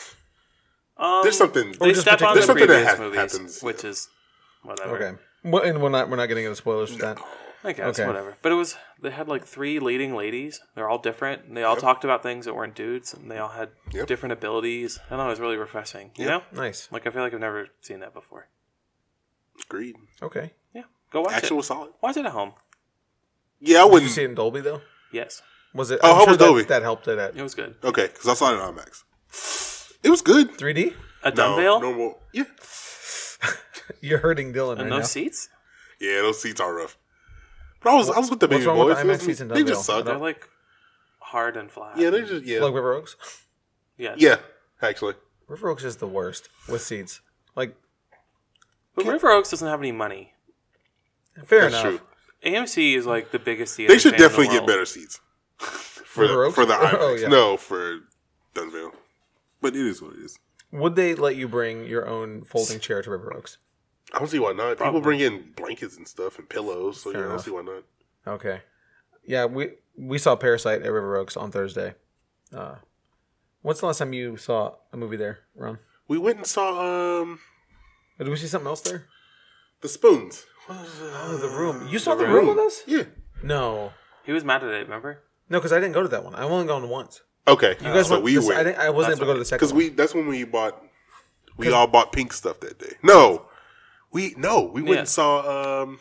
Speaker 2: Um,
Speaker 3: There's something.
Speaker 2: they
Speaker 1: just
Speaker 2: step
Speaker 1: particular-
Speaker 2: on the
Speaker 1: There's
Speaker 3: something that
Speaker 2: previous
Speaker 3: ha-
Speaker 2: movies,
Speaker 3: happens,
Speaker 2: which is whatever.
Speaker 1: Okay. Well, and we're not we're not getting into spoilers with that.
Speaker 2: I guess
Speaker 1: Okay.
Speaker 2: whatever. But it was they had like three leading ladies. They're all different. And they all talked about things that weren't dudes, and they all had
Speaker 3: Yep.
Speaker 2: different abilities. I don't know. It was really refreshing. You know,
Speaker 1: Nice.
Speaker 2: like I feel like I've never seen that before.
Speaker 3: Agreed.
Speaker 1: Okay.
Speaker 2: Yeah, go watch
Speaker 3: Action
Speaker 2: it.
Speaker 3: was solid.
Speaker 2: Watch it at home.
Speaker 3: Yeah, I
Speaker 1: Did you
Speaker 3: wouldn't.
Speaker 1: see it in Dolby though?
Speaker 2: Yes,
Speaker 1: Was it?
Speaker 3: Oh,
Speaker 1: I'm
Speaker 3: how was
Speaker 1: that-
Speaker 3: Dolby?
Speaker 1: That, helped it at
Speaker 2: it was good.
Speaker 3: Okay, because I saw it on IMAX. It was good.
Speaker 1: 3D.
Speaker 2: A
Speaker 3: No,
Speaker 2: dumbbell
Speaker 3: normal. Yeah.
Speaker 1: You're hurting Dylan right
Speaker 2: and no
Speaker 1: now.
Speaker 2: seats.
Speaker 3: Yeah, those seats are rough. But I was, I was with the
Speaker 1: What's
Speaker 3: baby
Speaker 1: wrong with the
Speaker 3: boys.
Speaker 1: IMAX
Speaker 3: They
Speaker 1: seats in
Speaker 3: they
Speaker 1: Dunville?
Speaker 3: just suck.
Speaker 2: They're like hard and flat.
Speaker 3: Yeah, they just yeah.
Speaker 1: Like River Oaks.
Speaker 2: yes.
Speaker 3: yeah, actually.
Speaker 1: River Oaks is the worst with seats. Like
Speaker 2: But River Oaks doesn't have any money.
Speaker 1: fair
Speaker 3: That's
Speaker 1: enough.
Speaker 3: true.
Speaker 2: AMC is like the biggest theater.
Speaker 3: They should
Speaker 2: chain in the
Speaker 3: definitely get
Speaker 2: world.
Speaker 3: better seats for
Speaker 1: River
Speaker 3: the,
Speaker 1: Oaks?
Speaker 3: for the IMAX.
Speaker 1: Oh, yeah.
Speaker 3: No, for Dunville. But it is what it is.
Speaker 1: Would they let you bring your own folding chair to River Oaks?
Speaker 3: I don't see why not.
Speaker 2: Probably.
Speaker 3: People bring in blankets and stuff and pillows, so yeah,
Speaker 1: Fair
Speaker 3: I don't
Speaker 1: enough.
Speaker 3: see why not.
Speaker 1: Okay. Yeah, we we saw Parasite at River Oaks on Thursday. Uh, when's the last time you saw a movie there, Ron?
Speaker 3: We went and saw um
Speaker 1: Or Did we see something else there?
Speaker 3: the spoons.
Speaker 1: Oh, the room. You saw the, room.
Speaker 2: Room.
Speaker 1: with us?
Speaker 3: Yeah.
Speaker 1: No,
Speaker 2: He was mad at it. Remember?
Speaker 1: no, because I didn't go to that one. I've only gone once.
Speaker 3: Okay.
Speaker 1: You guys
Speaker 3: Oh, so
Speaker 1: went.
Speaker 3: we
Speaker 1: this- I,
Speaker 3: went
Speaker 1: didn't, I wasn't able
Speaker 2: That's
Speaker 1: to go to the second
Speaker 3: because
Speaker 1: one.
Speaker 3: we that's when we bought we all bought pink stuff that day. No. We no, we went
Speaker 2: Yeah.
Speaker 3: and saw um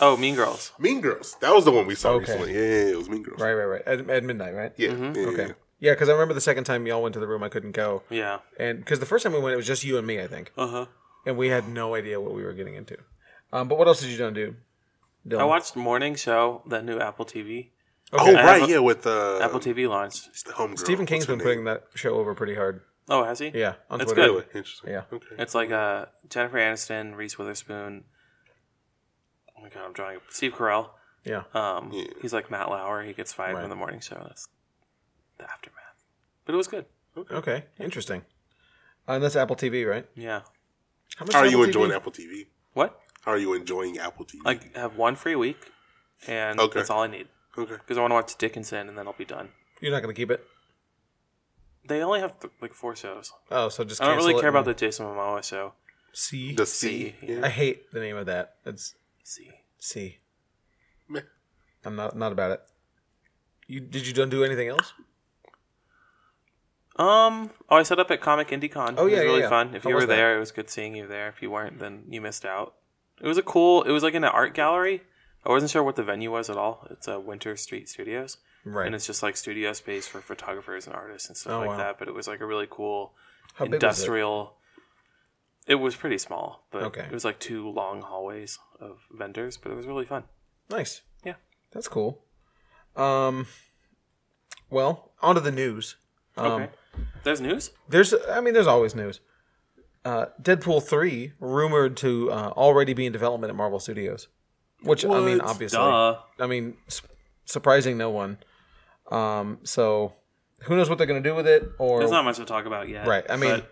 Speaker 2: Oh, Mean Girls.
Speaker 3: Mean Girls. That was the one we saw
Speaker 1: Okay.
Speaker 3: recently. Yeah, yeah, yeah, it was Mean Girls.
Speaker 1: Right, right, right. At, at midnight, right?
Speaker 2: Mm-hmm.
Speaker 3: Yeah. yeah,
Speaker 1: Okay.
Speaker 3: yeah.
Speaker 1: Yeah, because I remember the second time y'all went to the room, I couldn't go,
Speaker 2: Yeah.
Speaker 1: and because the first time we went, it was just you and me, I think,
Speaker 2: Uh
Speaker 3: Uh-huh.
Speaker 2: huh.
Speaker 1: and we had no idea what we were getting into. Um, but what else did you done do? Dylan?
Speaker 2: I watched Morning Show, that new Apple TV.
Speaker 3: Oh
Speaker 1: Okay.
Speaker 3: right,
Speaker 2: Apple-
Speaker 3: yeah, with uh,
Speaker 2: Apple TV launched.
Speaker 3: Homegirl.
Speaker 1: Stephen King's
Speaker 3: What's her
Speaker 1: been putting
Speaker 3: name?
Speaker 1: that show over pretty hard.
Speaker 2: Oh, has he?
Speaker 1: Yeah, on
Speaker 2: That's
Speaker 1: Twitter.
Speaker 2: good.
Speaker 3: Really interesting.
Speaker 1: Yeah.
Speaker 3: Okay.
Speaker 2: It's like uh, Jennifer Aniston, Reese Witherspoon. Oh my god, I'm drawing. Steve Carell.
Speaker 1: Yeah.
Speaker 2: Um,
Speaker 3: Yeah.
Speaker 2: he's like Matt Lauer. He gets fired
Speaker 1: Right.
Speaker 2: from the morning show. That's the aftermath. But it was good.
Speaker 1: Okay. Interesting. Uh, And that's Apple TV, right?
Speaker 2: Yeah.
Speaker 1: How much
Speaker 3: How are
Speaker 1: is
Speaker 3: you
Speaker 1: Apple
Speaker 3: enjoying
Speaker 1: TV?
Speaker 3: Apple TV?
Speaker 2: What?
Speaker 3: How are you enjoying Apple TV?
Speaker 2: I have one free week, and
Speaker 3: Okay.
Speaker 2: that's all I need
Speaker 3: okay.
Speaker 2: because I want to watch Dickinson, and then I'll be done.
Speaker 1: You're not going to keep it.
Speaker 2: They only have th- like four shows.
Speaker 1: Oh, so just
Speaker 2: I don't
Speaker 1: cancel
Speaker 2: really
Speaker 1: it
Speaker 2: care about
Speaker 1: and
Speaker 2: the Jason Momoa show.
Speaker 1: C.
Speaker 3: The C.
Speaker 2: C, yeah.
Speaker 1: I
Speaker 3: Yeah.
Speaker 1: hate the name of that. It's
Speaker 2: see,
Speaker 1: C.
Speaker 3: Meh.
Speaker 1: I'm not not about it. You did you done do anything else?
Speaker 2: um, oh, I set up at Comic Indie Con.
Speaker 1: Oh,
Speaker 2: it was
Speaker 1: yeah, yeah,
Speaker 2: really
Speaker 1: yeah.
Speaker 2: fun. If
Speaker 1: How
Speaker 2: you
Speaker 1: was
Speaker 2: were
Speaker 1: that?
Speaker 2: there, it was good seeing you there. If you weren't, then you missed out. It was a cool. It was like in an art gallery. I wasn't sure what the venue was at all. It's uh, Winter Street Studios.
Speaker 1: Right.
Speaker 2: and it's just like studio space for photographers and artists and stuff
Speaker 1: Oh,
Speaker 2: like
Speaker 1: wow.
Speaker 2: that. But it was like a really cool
Speaker 1: How big was it?
Speaker 2: industrial. it? was pretty small, but
Speaker 1: Okay.
Speaker 2: it was like two long hallways of vendors. But it was really fun.
Speaker 1: Nice.
Speaker 2: Yeah.
Speaker 1: That's cool. Um. Well, onto the news. Um,
Speaker 2: okay, there's news.
Speaker 1: There's, I mean, there's always news. Uh, Deadpool three rumored to uh, already be in development at Marvel Studios, which I mean,
Speaker 3: What?
Speaker 1: obviously, I mean, su- surprising no one. Um, so who knows what they're gonna do with it? Or
Speaker 2: There's not much to talk about yet.
Speaker 1: right? I mean,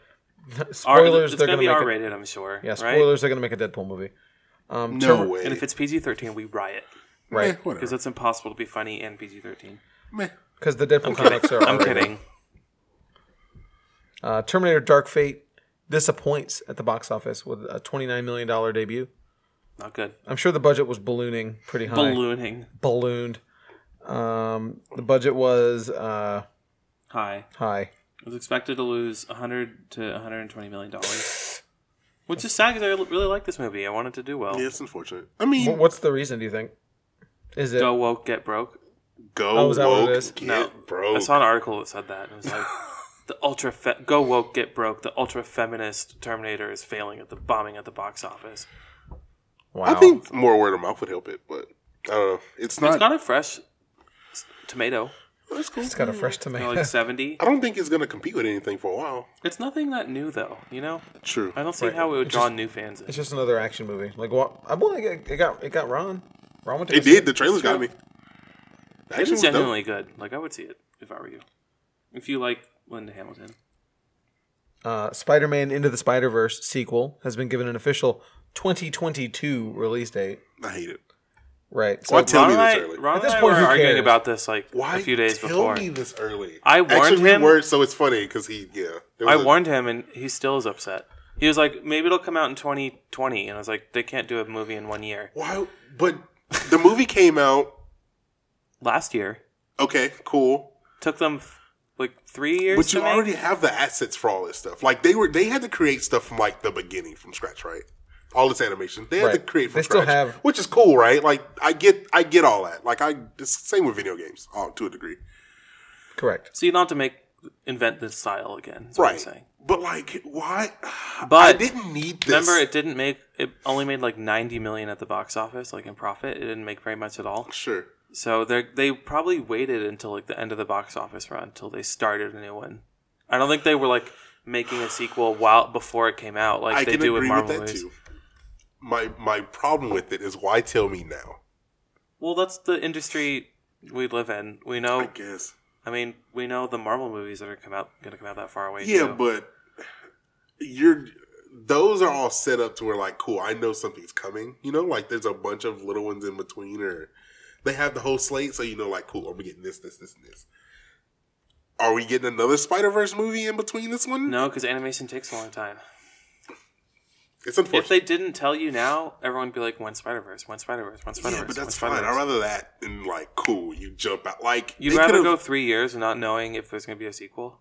Speaker 2: but R-
Speaker 1: spoilers.
Speaker 2: It's
Speaker 1: they're
Speaker 2: gonna,
Speaker 1: gonna,
Speaker 2: be
Speaker 1: make a-
Speaker 2: R-rated, I'm sure.
Speaker 1: yeah,
Speaker 2: right?
Speaker 1: spoilers. They're gonna make a Deadpool movie. Um,
Speaker 3: No
Speaker 1: Term-
Speaker 3: way.
Speaker 2: And if it's PG-13, we riot
Speaker 1: right?
Speaker 3: Meh, whatever.
Speaker 2: because it's impossible to be funny and PG-13.
Speaker 3: Meh.
Speaker 1: Because the Deadpool comics are.
Speaker 2: I'm
Speaker 1: R-rated.
Speaker 2: kidding.
Speaker 1: Uh, Terminator Dark Fate disappoints at the box office with a twenty nine million dollar debut.
Speaker 2: Not good.
Speaker 1: I'm sure the budget was ballooning pretty high.
Speaker 2: Ballooning.
Speaker 1: ballooned. Um, the budget was uh,
Speaker 2: Hi.
Speaker 1: high.
Speaker 2: It was expected to lose 100 to 120 million dollars, which is sad because I really like this movie. I wanted to do well.
Speaker 3: Yeah, it's unfortunate. I mean,
Speaker 1: Wh- What's the reason? Do you think? Is it?
Speaker 2: Go woke, get broke.
Speaker 3: go
Speaker 1: Oh, is that what it
Speaker 3: woke,
Speaker 1: is?
Speaker 3: get
Speaker 2: No.
Speaker 3: broke.
Speaker 2: I saw an article that said that. and It was like The ultra fe- go woke get broke. The ultra feminist Terminator is failing at the bombing at the box office.
Speaker 1: Wow.
Speaker 3: I think more word of mouth would help it, but I don't know. It's not.
Speaker 2: It's got a fresh s- tomato,
Speaker 3: it's cool.
Speaker 1: it's got a fresh
Speaker 2: you know,
Speaker 1: tomato.
Speaker 2: like seventy.
Speaker 3: I don't think it's gonna compete with anything for a while.
Speaker 2: It's nothing that new though. You know,
Speaker 3: True.
Speaker 2: I don't see
Speaker 1: Right.
Speaker 2: how it would
Speaker 1: It's
Speaker 2: draw
Speaker 1: just-
Speaker 2: new fans. In.
Speaker 1: It's just another action movie. Like what? I well, it it got it got Ron. Ron went to
Speaker 3: It
Speaker 1: go see
Speaker 3: did. The trailer got me. The
Speaker 2: It
Speaker 3: action
Speaker 2: is
Speaker 3: was dope.
Speaker 2: genuinely good. Like I would see it if I were you. If you like Linda Hamilton,
Speaker 1: Uh, Spider-Man Into the Spider-Verse sequel has been given an official 2022 release date.
Speaker 3: I hate it.
Speaker 1: Right. So
Speaker 3: Why tell
Speaker 2: Ron
Speaker 3: me
Speaker 2: and
Speaker 3: this
Speaker 2: I,
Speaker 3: early?
Speaker 2: Ron
Speaker 1: At this
Speaker 2: and I
Speaker 1: point,
Speaker 2: were
Speaker 1: who
Speaker 2: arguing
Speaker 1: cares?
Speaker 2: about this like
Speaker 3: Why
Speaker 2: a few days
Speaker 3: tell
Speaker 2: before.
Speaker 3: me this early?
Speaker 2: I warned
Speaker 3: Actually, we
Speaker 2: him-
Speaker 3: were, so it's funny because he yeah. There
Speaker 2: I
Speaker 3: was a-
Speaker 2: warned him, and he still is upset. He was like, "Maybe it'll come out in 2020," and I was like, "They can't do a movie in one year."
Speaker 3: Why? But the movie came out.
Speaker 2: Last year
Speaker 3: Okay, cool.
Speaker 2: took them f- like three years.
Speaker 3: But you
Speaker 2: to make?
Speaker 3: already have the assets for all this stuff. Like they were, they had to create stuff from like the beginning, from scratch, right? All this animation, they had to
Speaker 1: Right.
Speaker 3: create from
Speaker 1: They still
Speaker 3: scratch,
Speaker 1: have-
Speaker 3: which is cool, right? Like I get, I get all that. Like I, it's the same with video games, oh, to a degree,
Speaker 1: correct.
Speaker 2: so you don't have to make invent the style again. Is What I'm
Speaker 3: right?
Speaker 2: saying.
Speaker 3: But like, why? I
Speaker 2: But-
Speaker 3: didn't need this.
Speaker 2: Remember, it didn't make. It only made like 90 million at the box office, like in profit. It didn't make very much at all.
Speaker 3: sure.
Speaker 2: So they they probably waited until like the end of the box office run until they started a new one. I don't think they were like making a sequel while before it came out, like
Speaker 3: I
Speaker 2: they
Speaker 3: can
Speaker 2: do
Speaker 3: agree
Speaker 2: with
Speaker 3: with
Speaker 2: Marvel
Speaker 3: that
Speaker 2: movies.
Speaker 3: too. My my problem with it is why tell me now?
Speaker 2: Well, that's the industry we live in. We know.
Speaker 3: I
Speaker 2: I,
Speaker 3: guess.
Speaker 2: mean, we know the Marvel movies that are come out going to come out that far away.
Speaker 3: Yeah,
Speaker 2: too.
Speaker 3: but you're those are all set up to where like, cool, I know something's coming. You know, like there's a bunch of little ones in between, or they have the whole slate, so you know, like, cool, I'm getting this, this, this, and this. Are we getting another Spider Verse movie in between this one?
Speaker 2: no, because animation takes a long time.
Speaker 3: it's
Speaker 2: If
Speaker 3: unfortunate.
Speaker 2: they didn't tell you now, everyone would be like, "When Spider Verse? When Spider Verse? When Spider Verse?"
Speaker 3: yeah, but that's fine. I'd rather that than like, cool, you jump out. Like,
Speaker 2: You'd
Speaker 3: they
Speaker 2: rather
Speaker 3: could've-
Speaker 2: go three years not knowing if there's going to be a sequel.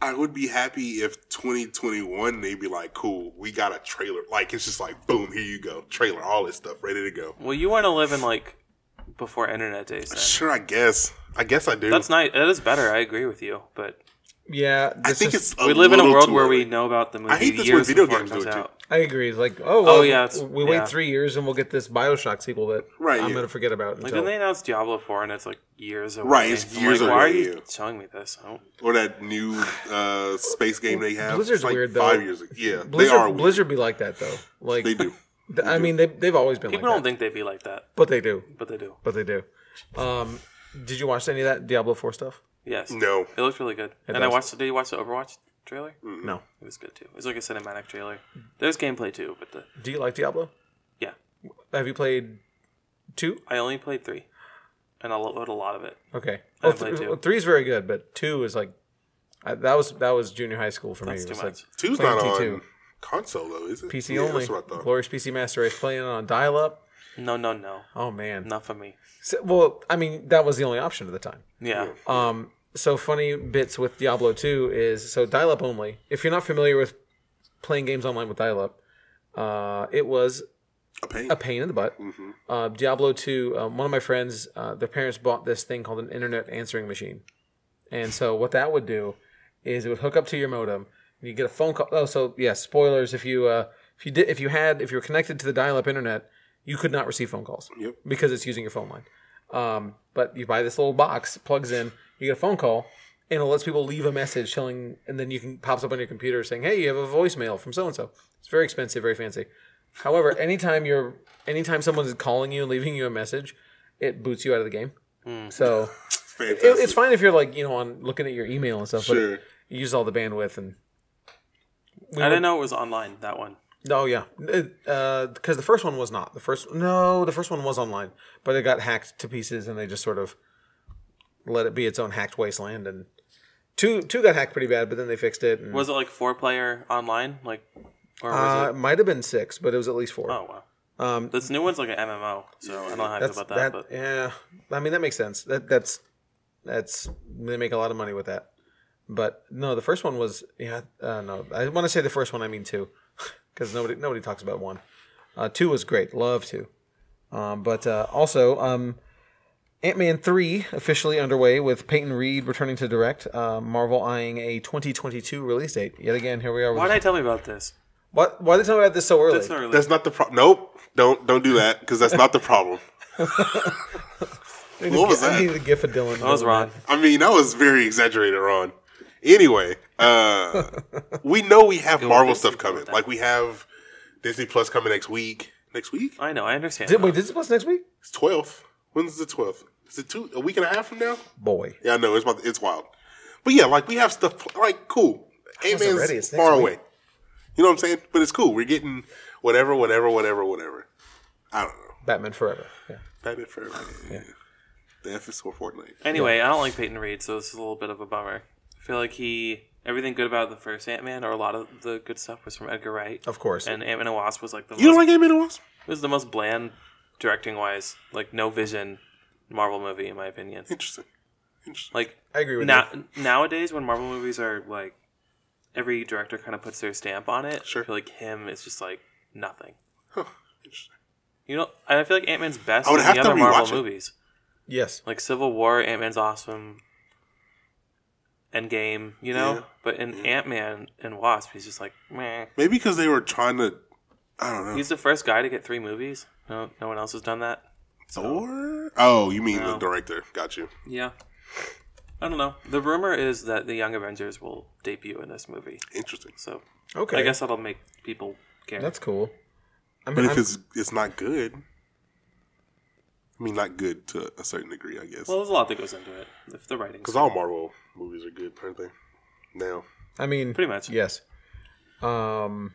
Speaker 3: I would be happy if 2021 they'd be like, cool, we got a trailer. Like, it's just like, boom, here you go, trailer, all this stuff, ready to go.
Speaker 2: Well, you want to live in like before internet days. Then.
Speaker 3: Sure, I guess. I guess I do.
Speaker 2: That's nice. That is better. I agree with you. But
Speaker 1: Yeah.
Speaker 3: I
Speaker 1: this
Speaker 3: think
Speaker 1: is-
Speaker 3: it's. A
Speaker 2: we live in a
Speaker 3: little
Speaker 2: world
Speaker 3: too
Speaker 2: where we
Speaker 3: early.
Speaker 2: know about the movie
Speaker 3: I hate this when
Speaker 2: years
Speaker 3: video
Speaker 2: before
Speaker 3: games
Speaker 2: it comes
Speaker 3: do it, too.
Speaker 2: out.
Speaker 1: I agree. It's like oh well,
Speaker 2: yeah, it's-
Speaker 1: we
Speaker 2: yeah.
Speaker 1: wait three years and we'll get this Bioshock sequel that
Speaker 3: Right,
Speaker 1: I'm
Speaker 3: yeah.
Speaker 1: gonna forget about.
Speaker 2: Like
Speaker 1: until,
Speaker 2: then they announced Diablo Four, and it's like years away.
Speaker 3: Right, it's
Speaker 2: I'm
Speaker 3: years
Speaker 2: like, Why are
Speaker 3: away,
Speaker 2: you
Speaker 3: yeah.
Speaker 2: showing me this? I don't.
Speaker 3: Or that new uh, space game they have.
Speaker 1: Blizzard's
Speaker 3: It's like
Speaker 1: weird, though.
Speaker 3: Five years ago. Yeah,
Speaker 1: Blizzard,
Speaker 3: they are. Weird.
Speaker 1: Blizzard be like that though. Like
Speaker 3: They do.
Speaker 1: th- I mean, they they've always been
Speaker 2: People
Speaker 1: like
Speaker 2: don't
Speaker 1: that,
Speaker 2: think they'd be like that,
Speaker 1: but they do.
Speaker 2: but they do.
Speaker 1: But they do. Um, did you watch any of that Diablo Four stuff?
Speaker 2: Yes.
Speaker 3: No. Mm.
Speaker 2: It looked really good. and I
Speaker 1: does.
Speaker 2: watched. Did you watch the Overwatch trailer?
Speaker 1: No.
Speaker 2: It was good too. It was like a cinematic trailer. There's gameplay too, but the
Speaker 1: Do you like Diablo?
Speaker 2: yeah,
Speaker 1: Have you played two?
Speaker 2: I only played three, and I load a lot of it.
Speaker 1: Okay.
Speaker 2: I
Speaker 1: Well,
Speaker 2: played
Speaker 1: th-
Speaker 2: two.
Speaker 1: well, three is very good, but two is like I, that was that was junior high school for me.
Speaker 2: That's
Speaker 1: It
Speaker 2: too
Speaker 1: was
Speaker 2: much.
Speaker 1: like
Speaker 3: Two's
Speaker 1: Playing
Speaker 3: not on
Speaker 1: T2.
Speaker 3: console though, is it?
Speaker 1: PC
Speaker 3: Yeah,
Speaker 1: only.
Speaker 3: That's what I thought.
Speaker 1: Glorious PC Master Race playing it on dial up.
Speaker 2: No, no, no,
Speaker 1: Oh man.
Speaker 2: not for me.
Speaker 1: So- well, I mean that was the only option at the time.
Speaker 2: Yeah.
Speaker 1: Um, so funny bits with Diablo 2 is so dial up only. If you're not familiar with playing games online with dial up, uh, it was
Speaker 3: A pain.
Speaker 1: a pain in the butt. Uh, Diablo 2, um, one of my friends, uh, their parents bought this thing called an internet answering machine. And so what that would do is it would hook up to your modem and you get a phone call. Oh, so yeah, spoilers. If you, uh, if you did, if you had, if you were connected to the dial up internet, you could not receive phone calls
Speaker 3: Yep.
Speaker 1: because it's using your phone line. Um, but you buy this little box, it plugs in, you get a phone call, and it lets people leave a message telling, and then you can pops up on your computer saying, "Hey, you have a voicemail from so and so." It's very expensive, very fancy. However, anytime you're, anytime someone is calling you and leaving you a message, it boots you out of the game. So
Speaker 3: It's fantastic.
Speaker 1: it, it's fine if you're like you know on looking at your email and stuff,
Speaker 3: Sure.
Speaker 1: but you use all the bandwidth and. We
Speaker 2: I
Speaker 1: were-
Speaker 2: didn't know it was online. That one.
Speaker 1: Oh yeah, because the first one was not the first. No, the first one was online, but it got hacked to pieces, and they just sort of let it be its own hacked wasteland. And two two got hacked pretty bad, but then they fixed it. And,
Speaker 2: Was it like four player online? Like, or was
Speaker 1: uh,
Speaker 2: it?
Speaker 1: it might have been six, but it was at least four.
Speaker 2: Oh wow. Um, this new one's like an MMO, so I don't know how I feel
Speaker 1: that's
Speaker 2: about
Speaker 1: that.
Speaker 2: that. But
Speaker 1: yeah, I mean that makes sense. That that's that's they make a lot of money with that. But no, the first one was yeah. Uh, no, I want to say the first one. I mean two, because nobody nobody talks about one. Uh, two was great. Love two. Um, but uh, also, um, Ant Man 3 officially underway with Peyton Reed returning to direct. Uh, Marvel eyeing a 2022 release date. Yet again, here we are.
Speaker 2: Why
Speaker 1: With,
Speaker 2: did I tell me about this?
Speaker 1: what, why did they tell me about this so early?
Speaker 2: That's not really.
Speaker 3: That's not the problem. Nope. Don't don't do that because that's not the problem.
Speaker 1: I need
Speaker 3: What
Speaker 1: a-
Speaker 3: was
Speaker 1: I
Speaker 3: that?
Speaker 1: need a gif of Dylan.
Speaker 2: that was Ron.
Speaker 3: I mean, that was very exaggerated, Ron. Anyway, uh, we know we have Marvel stuff coming. Like we have Disney Plus coming next week. Next week?
Speaker 2: I know. I understand.
Speaker 1: Did, wait, Disney Plus next week?
Speaker 3: It's twelfth. When's the twelfth? Is it two a week and a half from now?
Speaker 1: Boy.
Speaker 3: Yeah, I know it's about, it's wild. But yeah, like we have stuff pl- like cool. Eight
Speaker 1: wasn't ready. It's
Speaker 3: Man's
Speaker 1: next
Speaker 3: far
Speaker 1: week.
Speaker 3: away. You know what I'm saying? But it's cool. We're getting whatever, whatever, whatever, whatever. I don't know.
Speaker 1: Batman Forever. Yeah.
Speaker 3: Batman Forever. The F is for Fortnite.
Speaker 2: Anyway, I don't like Peyton Reed, so this is a little bit of a bummer. I feel like he everything good about the first Ant Man, or a lot of the good stuff, was from Edgar Wright.
Speaker 1: Of course.
Speaker 2: And Ant Man and Wasp was like the
Speaker 3: You don't
Speaker 2: most,
Speaker 3: like Ant Man and Wasp?
Speaker 2: it was the most bland directing wise, like no vision Marvel movie in my opinion.
Speaker 3: Interesting. Interesting.
Speaker 2: Like
Speaker 1: I agree with
Speaker 2: now, nowadays when Marvel movies are like every director kind of puts their stamp on it.
Speaker 3: Sure.
Speaker 2: I feel like him is just like nothing.
Speaker 3: Huh. Interesting.
Speaker 2: You know, and I feel like Ant Man's best
Speaker 3: I would
Speaker 2: in
Speaker 3: have
Speaker 2: the
Speaker 3: to
Speaker 2: other
Speaker 3: rewatch
Speaker 2: Marvel
Speaker 3: it.
Speaker 2: movies.
Speaker 1: you. Yes.
Speaker 2: like Civil War, Ant Man's awesome, Endgame, you know.
Speaker 3: Yeah.
Speaker 2: But in Ant Man and Wasp, he's just like, meh.
Speaker 3: Maybe because they were trying to. I don't know.
Speaker 2: He's the first guy to get three movies. No, no one else has done that.
Speaker 3: Thor? Oh, you mean the
Speaker 2: No.
Speaker 3: director? Got you.
Speaker 2: Yeah, I don't know. The rumor is that the Young Avengers will debut in this movie,
Speaker 3: Interesting.
Speaker 2: so
Speaker 1: Okay.
Speaker 2: I guess that'll make people care.
Speaker 1: That's cool. I mean,
Speaker 3: But if
Speaker 1: I'm-
Speaker 3: it's it's not good, I mean, not good to a certain degree, I guess.
Speaker 2: well, there's a lot that goes into it. If the writing's
Speaker 3: Because all Marvel movies are good, aren't they? Now,
Speaker 1: I mean,
Speaker 2: pretty much.
Speaker 1: Yes. Um,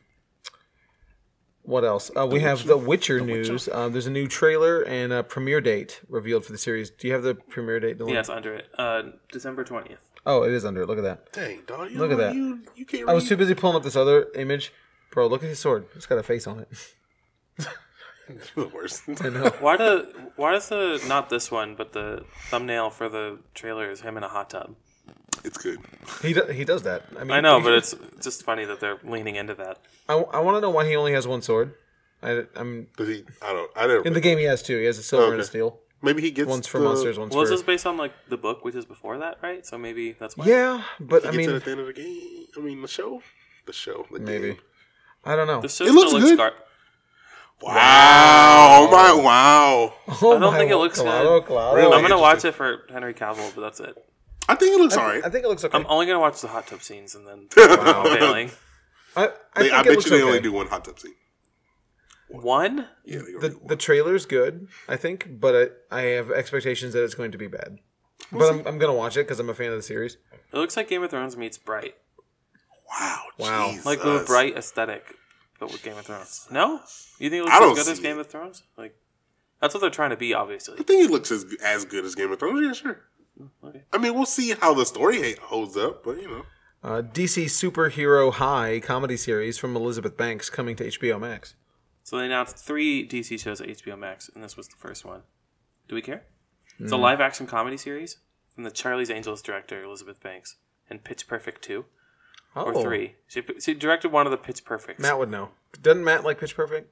Speaker 1: what else? Uh, we have The Witcher news. Uh, there's a new trailer and a premiere date revealed for the series. Do you have the premiere date? Dylan?
Speaker 2: yeah, it's under it. Uh, December twentieth.
Speaker 1: Oh, it is under it. Look at that.
Speaker 3: dang, dog, you,
Speaker 1: Look at that.
Speaker 3: You, you can't. Read.
Speaker 1: I was too busy pulling up this other image. Bro, look at his sword. It's got a face on it.
Speaker 3: the worst.
Speaker 2: Why do? Why does the not this one, but the thumbnail for the trailer is him in a hot tub?
Speaker 3: it's good.
Speaker 1: He do, he does that. I mean,
Speaker 2: I know, but it's just funny that they're leaning into that.
Speaker 1: I, want to know why he only has one sword. I, am
Speaker 3: Does he? I don't. I don't.
Speaker 1: in the game. He has two. He has a silver and a
Speaker 3: Okay.
Speaker 1: steel.
Speaker 3: maybe he gets
Speaker 1: One's for
Speaker 3: the-
Speaker 1: monsters. One's
Speaker 2: Well,
Speaker 1: for
Speaker 2: this is based on like the book, which is before that, right? So maybe that's why.
Speaker 1: yeah. But
Speaker 3: He
Speaker 1: I
Speaker 3: gets it
Speaker 1: mean,
Speaker 3: at the end of the game. I mean, the show. The show. The
Speaker 1: maybe.
Speaker 3: Game.
Speaker 1: I don't know.
Speaker 2: the show
Speaker 3: It
Speaker 2: still
Speaker 3: looks
Speaker 2: looks,
Speaker 3: good.
Speaker 2: gar-
Speaker 3: Wow. Oh my! Wow.
Speaker 1: Oh
Speaker 2: I don't
Speaker 1: my
Speaker 2: think it looks
Speaker 1: Claro,
Speaker 2: good.
Speaker 1: Claro.
Speaker 3: Really?
Speaker 2: I'm gonna
Speaker 3: Interesting.
Speaker 2: watch it for Henry Cavill, but that's it.
Speaker 3: I think it looks alright.
Speaker 1: I think it looks okay.
Speaker 2: I'm only gonna watch the hot tub scenes and then bailing.
Speaker 1: I, I,
Speaker 3: They-
Speaker 1: think
Speaker 3: I,
Speaker 1: it
Speaker 3: bet
Speaker 1: looks
Speaker 3: you they
Speaker 1: okay.
Speaker 3: only do one hot tub scene.
Speaker 2: One.
Speaker 3: Yeah, they
Speaker 1: The,
Speaker 3: the,
Speaker 1: the trailer's good, I think, but I, I have expectations that it's going to be bad. but I'm, I'm going to watch it because I'm a fan of the series.
Speaker 2: It looks like Game of Thrones meets Bright,
Speaker 3: wow,
Speaker 1: Wow.
Speaker 3: Jesus.
Speaker 2: like the Bright aesthetic, but with Game of Thrones. No, you think it looks
Speaker 3: I don't
Speaker 2: as good as
Speaker 3: see
Speaker 2: Game
Speaker 3: it.
Speaker 2: of Thrones? Like that's what they're trying to be, obviously.
Speaker 3: I think it looks as as good as Game of Thrones. Yeah, sure.
Speaker 2: okay.
Speaker 3: I mean, we'll see how the story ha- holds up, but you know,
Speaker 1: Uh, DC Superhero High comedy series from Elizabeth Banks coming to HBO Max.
Speaker 2: So they announced three DC shows at HBO Max, and this was the first one. Do we care? It's
Speaker 1: Hmm.
Speaker 2: a live action comedy series from the Charlie's Angels director Elizabeth Banks and Pitch Perfect 2
Speaker 1: Oh,
Speaker 2: or 3. She, she directed one of the Pitch Perfects.
Speaker 1: Matt would know. Doesn't Matt like Pitch Perfect?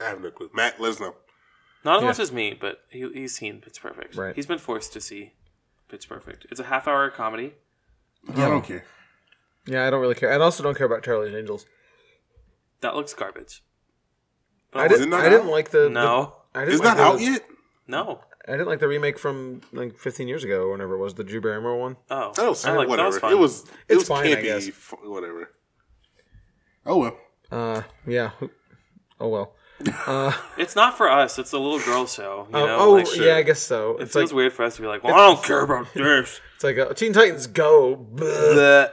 Speaker 3: I have no clue. Matt, let us know.
Speaker 2: Not as
Speaker 1: Yeah.
Speaker 2: much as me, but he, he's seen Pitch Perfect.
Speaker 1: Right.
Speaker 2: He's been forced to see Pitch Perfect. It's a half hour comedy.
Speaker 3: I don't care.
Speaker 1: Yeah, I don't really care. I also don't care about Charlie's Angels.
Speaker 2: That looks garbage.
Speaker 1: I
Speaker 3: Oh, it
Speaker 1: didn't,
Speaker 3: not
Speaker 1: I didn't
Speaker 3: out?
Speaker 1: like the. the-
Speaker 2: No.
Speaker 1: I didn't
Speaker 3: It's
Speaker 1: like
Speaker 3: not
Speaker 1: the-
Speaker 3: out yet.
Speaker 2: No.
Speaker 1: I didn't like the remake from like 15 years ago or whenever it was, the Drew Barrymore one.
Speaker 2: Oh.
Speaker 3: I don't see.
Speaker 2: I like-
Speaker 3: whatever.
Speaker 2: That was fun.
Speaker 3: It was. It
Speaker 1: It's
Speaker 3: was
Speaker 1: fine, I
Speaker 3: campy.
Speaker 1: guess.
Speaker 3: f- whatever. Oh well.
Speaker 1: Uh, yeah. who- Oh well.
Speaker 2: It's not for us. It's a little girl show. You
Speaker 1: Oh,
Speaker 2: know?
Speaker 1: oh
Speaker 2: like,
Speaker 1: yeah, I guess so.
Speaker 2: It
Speaker 1: It's like
Speaker 2: feels weird for us to be like, well, I don't care about this.
Speaker 1: it's like a, Teen Titans Go. Bleh.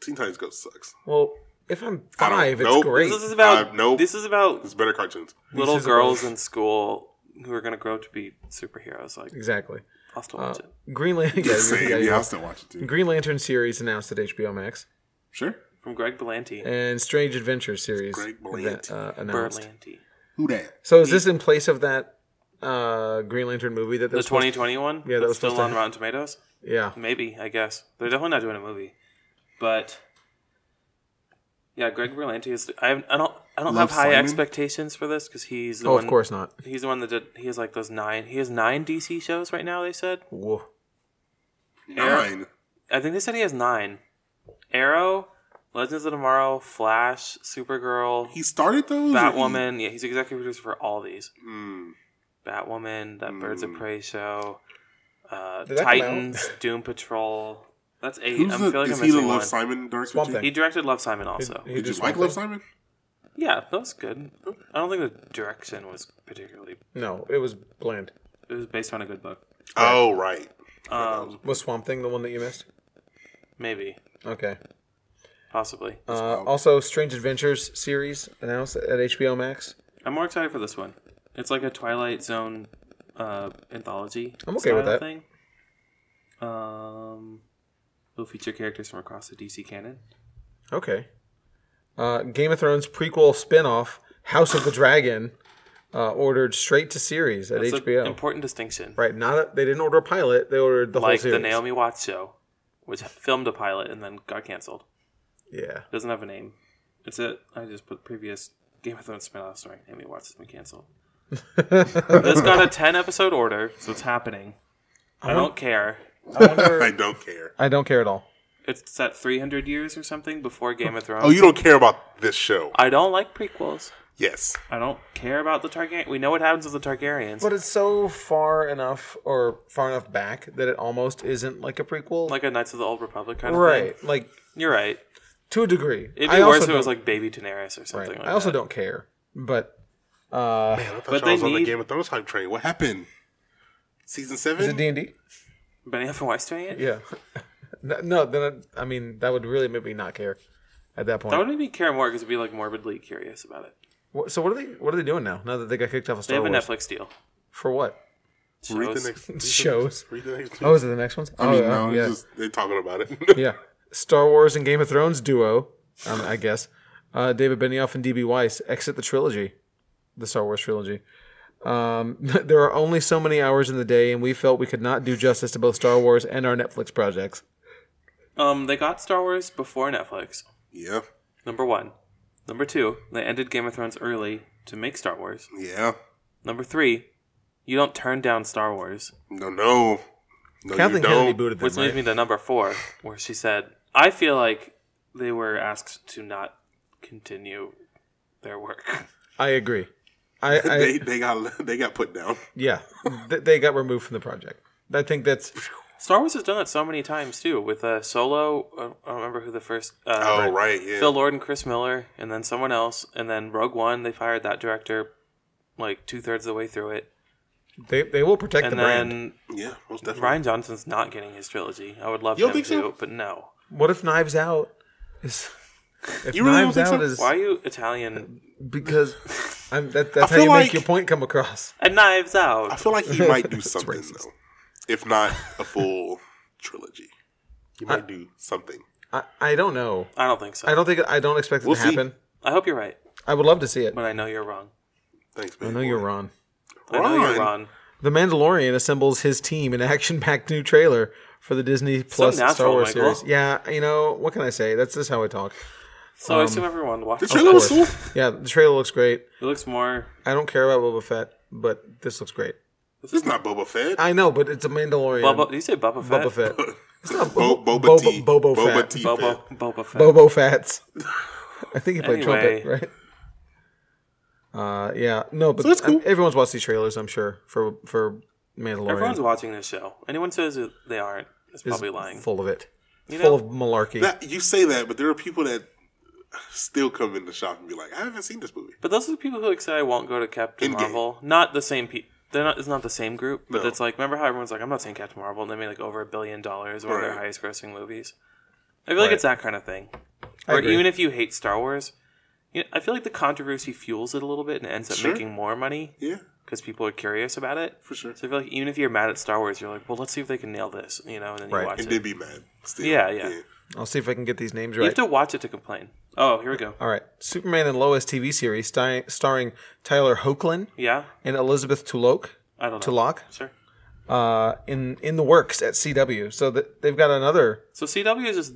Speaker 3: Teen Titans Go sucks.
Speaker 1: Well, if I'm
Speaker 3: I don't-
Speaker 1: five, it's
Speaker 3: nope.
Speaker 1: great.
Speaker 2: This is about
Speaker 3: Uh, nope.
Speaker 2: this is about
Speaker 3: It's better cartoons.
Speaker 2: little
Speaker 1: is
Speaker 2: girls in school who are going to grow up to be superheroes. Like,
Speaker 1: Exactly.
Speaker 2: I'll still
Speaker 1: Uh,
Speaker 2: watch it.
Speaker 1: Green Lantern. Yeah,
Speaker 3: Same.
Speaker 1: yeah,
Speaker 3: Yeah,
Speaker 1: yeah.
Speaker 3: I'll still watch it too.
Speaker 1: Green Lantern series announced at HBO Max,
Speaker 3: Sure.
Speaker 2: From Greg Berlanti.
Speaker 1: and Strange Adventure series
Speaker 3: Great
Speaker 1: that, uh, announced.
Speaker 2: Berlanti.
Speaker 3: Who that?
Speaker 1: So is this in place of that uh, Green Lantern movie that
Speaker 2: The
Speaker 1: was supposed-
Speaker 2: 2021?
Speaker 1: Yeah, that
Speaker 2: that's
Speaker 1: was supposed
Speaker 2: still
Speaker 1: to
Speaker 2: on
Speaker 1: ha-
Speaker 2: Rotten Tomatoes?
Speaker 1: Yeah,
Speaker 2: Maybe, I guess. They're definitely not doing a movie. But, yeah, Greg Berlanti is. I, have, I don't. I don't
Speaker 3: Love
Speaker 2: have high
Speaker 3: Simon?
Speaker 2: expectations for this because he's the
Speaker 1: Oh,
Speaker 2: one
Speaker 1: of course not.
Speaker 2: He's the one that did. He has like those nine. He has nine DC shows right now. They said.
Speaker 1: Whoa.
Speaker 3: Nine.
Speaker 2: I think they said he has nine. Arrow, Legends of Tomorrow, Flash, Supergirl,
Speaker 3: He started those. or
Speaker 2: Batwoman. Yeah, he's executive producer for all these.
Speaker 3: he- Mm.
Speaker 2: Batwoman, that Birds of
Speaker 3: Mm.
Speaker 2: Prey show, uh,
Speaker 1: Did that come out?
Speaker 2: Titans, Doom Patrol. That's eight.
Speaker 3: Who's
Speaker 2: I'm
Speaker 3: the,
Speaker 2: feeling
Speaker 3: is
Speaker 2: I'm
Speaker 3: he the
Speaker 2: missing
Speaker 3: Love
Speaker 2: one.
Speaker 3: Simon Dark?
Speaker 1: Swamp
Speaker 3: Magician?
Speaker 2: He directed Love Simon also.
Speaker 1: He- he
Speaker 3: Did
Speaker 1: did
Speaker 3: you like
Speaker 1: something.
Speaker 3: Love Simon?
Speaker 2: yeah, that was good. I don't think the direction was particularly.
Speaker 1: No, it was bland.
Speaker 2: It was based on a good book.
Speaker 3: Oh right.
Speaker 2: Um,
Speaker 1: Was Swamp Thing the one that you missed?
Speaker 2: maybe,
Speaker 1: Okay.
Speaker 2: possibly.
Speaker 1: Uh, also, Strange Adventures series announced at HBO Max.
Speaker 2: I'm more excited for this one. It's like a Twilight Zone uh, anthology.
Speaker 1: I'm okay with
Speaker 2: style
Speaker 1: that.
Speaker 2: Thing. Um, will feature characters from across the DC canon.
Speaker 1: Okay. Uh, Game of Thrones prequel spin-off House of the Dragon uh, ordered straight to series at
Speaker 2: It's an
Speaker 1: HBO.
Speaker 2: important distinction,
Speaker 1: right, not a, they didn't order a pilot; they ordered the
Speaker 2: like
Speaker 1: whole series.
Speaker 2: the Naomi Watts show, which filmed a pilot and then got canceled.
Speaker 1: Yeah.
Speaker 2: It doesn't have a name. It's a. I just put previous Game of Thrones spinoff starring Naomi Watts has been canceled. this got a ten episode order, so it's happening. I don't care.
Speaker 1: I,
Speaker 3: I
Speaker 1: wonder,
Speaker 3: don't care.
Speaker 1: I don't care at all.
Speaker 2: It's set three hundred years or something before Game of Thrones.
Speaker 3: Oh, you don't care about this show?
Speaker 2: I don't like prequels.
Speaker 3: Yes.
Speaker 2: I don't care about the Targaryen. We know what happens with the Targaryens.
Speaker 1: But it's so far enough or far enough back that it almost isn't like a prequel.
Speaker 2: like a Knights of the Old Republic kind of thing.
Speaker 1: right, like
Speaker 2: You're right.
Speaker 1: to a degree.
Speaker 2: It'd be
Speaker 1: I
Speaker 2: worse
Speaker 1: also
Speaker 2: if it was
Speaker 1: don't-
Speaker 2: like Baby Daenerys or something
Speaker 1: right,
Speaker 2: like
Speaker 1: I also
Speaker 2: that.
Speaker 1: don't care, but uh,
Speaker 3: Man, I thought
Speaker 2: But
Speaker 3: y'all
Speaker 2: they
Speaker 3: was on the
Speaker 2: need-
Speaker 3: Game of Thrones hype train. What happened? Season
Speaker 1: is it
Speaker 3: seven.
Speaker 1: D and D?
Speaker 2: Benioff and Weiss doing it?
Speaker 1: Yeah. no, then I, I mean that would really make me not care at that point.
Speaker 2: That would make me care more because I'd be like morbidly curious about it.
Speaker 1: What- So what are they? What are they doing now? Now that they got kicked off of
Speaker 2: They
Speaker 1: Star
Speaker 2: have a
Speaker 1: Wars
Speaker 2: Netflix deal.
Speaker 1: for what?
Speaker 3: Read the
Speaker 2: Shows.
Speaker 3: next read the-
Speaker 1: Shows.
Speaker 3: Read the next.
Speaker 1: Oh, is it the next ones?
Speaker 3: I mean,
Speaker 1: oh,
Speaker 3: no,
Speaker 1: oh,
Speaker 3: it's
Speaker 1: yeah,
Speaker 3: just they talking about it.
Speaker 1: yeah. Star Wars and Game of Thrones duo, um, I guess. Uh, David Benioff and DB Weiss exit the trilogy, the Star Wars trilogy. Um, there are only so many hours in the day, and we felt we could not do justice to both Star Wars and our Netflix projects.
Speaker 2: Um, they got Star Wars before Netflix.
Speaker 3: yeah.
Speaker 2: Number one. Number two, they ended Game of Thrones early to make Star Wars.
Speaker 3: Yeah.
Speaker 2: Number three, you don't turn down Star Wars.
Speaker 3: No. No. No,
Speaker 1: Kathleen
Speaker 3: you
Speaker 1: Kennedy
Speaker 3: don't.
Speaker 1: booted them.
Speaker 2: Which leads
Speaker 1: Right?
Speaker 2: me to number four, where she said, I feel like they were asked to not continue their work.
Speaker 1: I agree. I, I
Speaker 3: they, they got they got put down.
Speaker 1: yeah, Th- they got removed from the project. I think that's
Speaker 2: Star Wars has done that so many times too, with uh, Solo. I don't- I don't remember who the first. Uh,
Speaker 3: Oh right, yeah.
Speaker 2: Phil Lord and Chris Miller, and then someone else, and then Rogue One. They fired that director like two thirds of the way through it,
Speaker 1: they they will protect
Speaker 2: and
Speaker 1: the
Speaker 2: then
Speaker 1: brand.
Speaker 3: yeah, most definitely.
Speaker 2: Ryan Johnson's not getting his trilogy. I would love
Speaker 3: You
Speaker 2: him
Speaker 3: don't
Speaker 2: to,
Speaker 3: think so?
Speaker 2: but no.
Speaker 1: What if Knives Out is? If
Speaker 3: You really don't
Speaker 1: Knives
Speaker 3: think so?
Speaker 1: Out is
Speaker 2: Why are you Italian?
Speaker 1: because I'm, that, that's
Speaker 3: I
Speaker 1: how you
Speaker 3: feel
Speaker 1: make
Speaker 3: like-
Speaker 1: your point come across.
Speaker 2: And Knives
Speaker 3: I
Speaker 2: Out.
Speaker 3: feel like he might do something
Speaker 1: racist.
Speaker 3: though, if not a full trilogy. He might do something.
Speaker 1: I, I don't know.
Speaker 2: I don't think so.
Speaker 1: I
Speaker 2: I,
Speaker 1: don't think I don't expect it
Speaker 3: We'll
Speaker 1: to
Speaker 3: see.
Speaker 1: happen.
Speaker 2: hope you're right,
Speaker 1: I would love to see it.
Speaker 2: but I know you're wrong.
Speaker 3: Thanks,
Speaker 1: I
Speaker 3: man.
Speaker 1: know you're Ron.
Speaker 2: I know
Speaker 3: Ron.
Speaker 2: you're wrong.
Speaker 1: The Mandalorian assembles his team in action-packed new trailer for the Disney Plus Star
Speaker 2: natural,
Speaker 1: Wars
Speaker 2: Michael.
Speaker 1: series. Yeah, you know what can I say? That's just how I talk.
Speaker 2: So I assume everyone watched.
Speaker 3: The trailer was
Speaker 1: course.
Speaker 3: cool.
Speaker 1: Yeah, the trailer looks great.
Speaker 2: It looks more.
Speaker 1: I don't care about Boba Fett, but this looks great.
Speaker 3: This is not Boba Fett.
Speaker 1: I know, but it's a Mandalorian.
Speaker 2: Boba, did you say Boba Fett?
Speaker 1: Boba Fett. It's not
Speaker 3: Bo-
Speaker 1: Bo-
Speaker 3: Boba, T.
Speaker 1: Bobo
Speaker 3: Boba
Speaker 1: Fett.
Speaker 3: T.
Speaker 2: Boba,
Speaker 3: Fett.
Speaker 2: Boba Fett.
Speaker 1: Bobo Fats. I think he played
Speaker 2: Anyway.
Speaker 1: trumpet, right? Uh, yeah, no, but
Speaker 3: So that's
Speaker 1: um,
Speaker 3: cool.
Speaker 1: everyone's watched these trailers, I'm sure, for for Mandalorian.
Speaker 2: Everyone's watching this show. Anyone says that they aren't is
Speaker 1: It's
Speaker 2: probably lying.
Speaker 1: Full of it,
Speaker 2: You
Speaker 1: full
Speaker 2: know-
Speaker 1: of malarkey.
Speaker 3: That- you say that, but there are people that still come in the shop and be like, "I haven't seen this movie."
Speaker 2: But those are the people who like say I won't go to Captain
Speaker 3: Endgame.
Speaker 2: Marvel. Not the same people. They're not. It's not the same group. But
Speaker 3: No.
Speaker 2: it's like remember how everyone's like I'm not saying Captain Marvel, and they made like over a billion dollars, one of their
Speaker 3: Right.
Speaker 2: highest grossing movies. I feel like
Speaker 1: Right.
Speaker 2: it's that kind of thing.
Speaker 1: I
Speaker 2: Or
Speaker 1: agree.
Speaker 2: even if you hate Star Wars, you know, I feel like the controversy fuels it a little bit and ends up
Speaker 3: Sure.
Speaker 2: making more money
Speaker 3: Yeah,
Speaker 2: because people are curious about it.
Speaker 3: for sure.
Speaker 2: So I feel like even if you're mad at Star Wars, you're like, well, let's see if they can nail this, you know, and then you
Speaker 1: Right.
Speaker 2: watch
Speaker 3: And
Speaker 2: it.
Speaker 3: then be mad. Still.
Speaker 2: Yeah, yeah.
Speaker 1: I'll see if I can get these names
Speaker 2: You
Speaker 1: right.
Speaker 2: have to watch it to complain. Oh, here we go.
Speaker 1: All right, Superman and Lois TV series starring, starring Tyler Hoechlin
Speaker 2: Yeah,
Speaker 1: and Elizabeth Tulloch.
Speaker 2: I don't know.
Speaker 1: Tulloch
Speaker 2: Sure.
Speaker 1: uh, in in the works at CW, so that they've got another
Speaker 2: So CW is just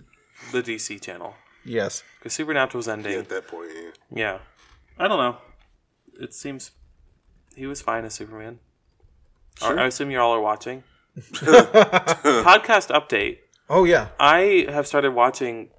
Speaker 2: the DC channel
Speaker 1: yes.
Speaker 2: because Supernatural's ending.
Speaker 3: At that point, yeah.
Speaker 2: Yeah. I don't know. It seems he was fine as Superman. I-
Speaker 3: Sure.
Speaker 2: I assume you all are watching. Podcast update.
Speaker 1: Oh yeah,
Speaker 2: I have started watching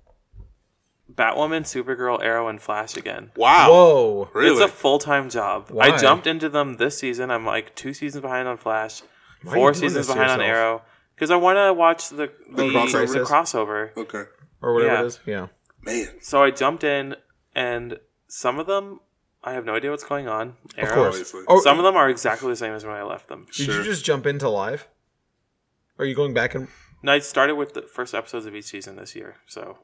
Speaker 2: Batwoman, Supergirl, Arrow, and Flash again.
Speaker 3: Wow.
Speaker 1: whoa,
Speaker 3: Really?
Speaker 2: It's a full time job.
Speaker 1: Why?
Speaker 2: I jumped into them this season. I'm like two seasons behind on Flash,
Speaker 1: Why are you
Speaker 2: four
Speaker 1: doing this
Speaker 2: seasons
Speaker 1: to
Speaker 2: behind on
Speaker 1: yourself?
Speaker 2: Arrow because I want to watch the the,
Speaker 3: crossover.
Speaker 2: the crossover.
Speaker 3: okay.
Speaker 1: or whatever
Speaker 2: Yeah.
Speaker 1: it is. Yeah,
Speaker 3: Man.
Speaker 2: So I jumped in, and some of them I have no idea what's going on. Arrow.
Speaker 1: of course.
Speaker 3: obviously.
Speaker 1: Oh,
Speaker 2: Some of them are exactly the same as when I left them.
Speaker 1: did
Speaker 3: Sure.
Speaker 1: you just jump into live? Are you going back and?
Speaker 2: And I started with the first episodes of each season this year. So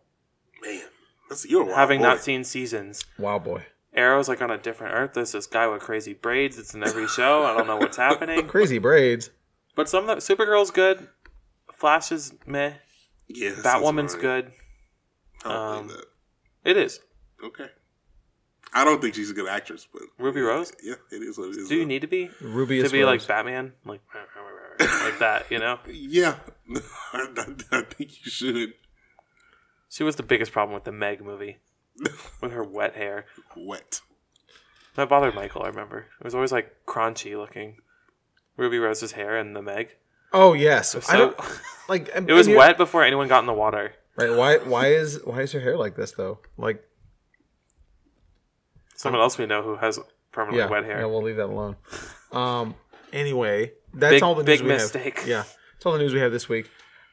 Speaker 3: Man. That's you're a wild
Speaker 2: having
Speaker 3: boy.
Speaker 2: not seen seasons,
Speaker 1: Wow, boy,
Speaker 2: Arrow's like on a different earth. There's this guy with crazy braids. It's in every show. I don't know what's happening.
Speaker 1: crazy braids.
Speaker 2: But some of the Supergirl's good. Flash is meh.
Speaker 3: yeah, that sounds
Speaker 2: Batwoman's
Speaker 3: alright.
Speaker 2: good.
Speaker 3: I don't
Speaker 2: Um,
Speaker 3: believe that.
Speaker 2: It is.
Speaker 3: Okay. I don't think she's a good actress, but
Speaker 2: Ruby Rose?
Speaker 3: Yeah, it is what it is.
Speaker 2: Do you
Speaker 3: though.
Speaker 2: need to be
Speaker 1: Ruby
Speaker 2: to
Speaker 1: is
Speaker 2: be like
Speaker 1: rose.
Speaker 2: Batman, like like that? You know,
Speaker 3: Yeah, I, I- I think you should.
Speaker 2: she was the biggest problem with the Meg movie with her wet hair.
Speaker 3: Wet.
Speaker 2: That bothered Michael. I remember it was always like crunchy looking. Ruby Rose's hair and the Meg.
Speaker 1: Oh yes, I
Speaker 2: So
Speaker 1: don't like. I'm-
Speaker 2: it was
Speaker 1: I'm-
Speaker 2: wet before anyone got in the water.
Speaker 1: Right? Why? Why is why is your hair like this though? Like
Speaker 2: Someone else we know who has permanently
Speaker 1: Oh. yeah,
Speaker 2: Oh, wet hair.
Speaker 1: yeah, we'll leave that alone. Um. Anyway, that's
Speaker 2: Big-
Speaker 1: all the news
Speaker 2: big
Speaker 1: we
Speaker 2: mistake.
Speaker 1: have. Yeah, that's all the news we have this week.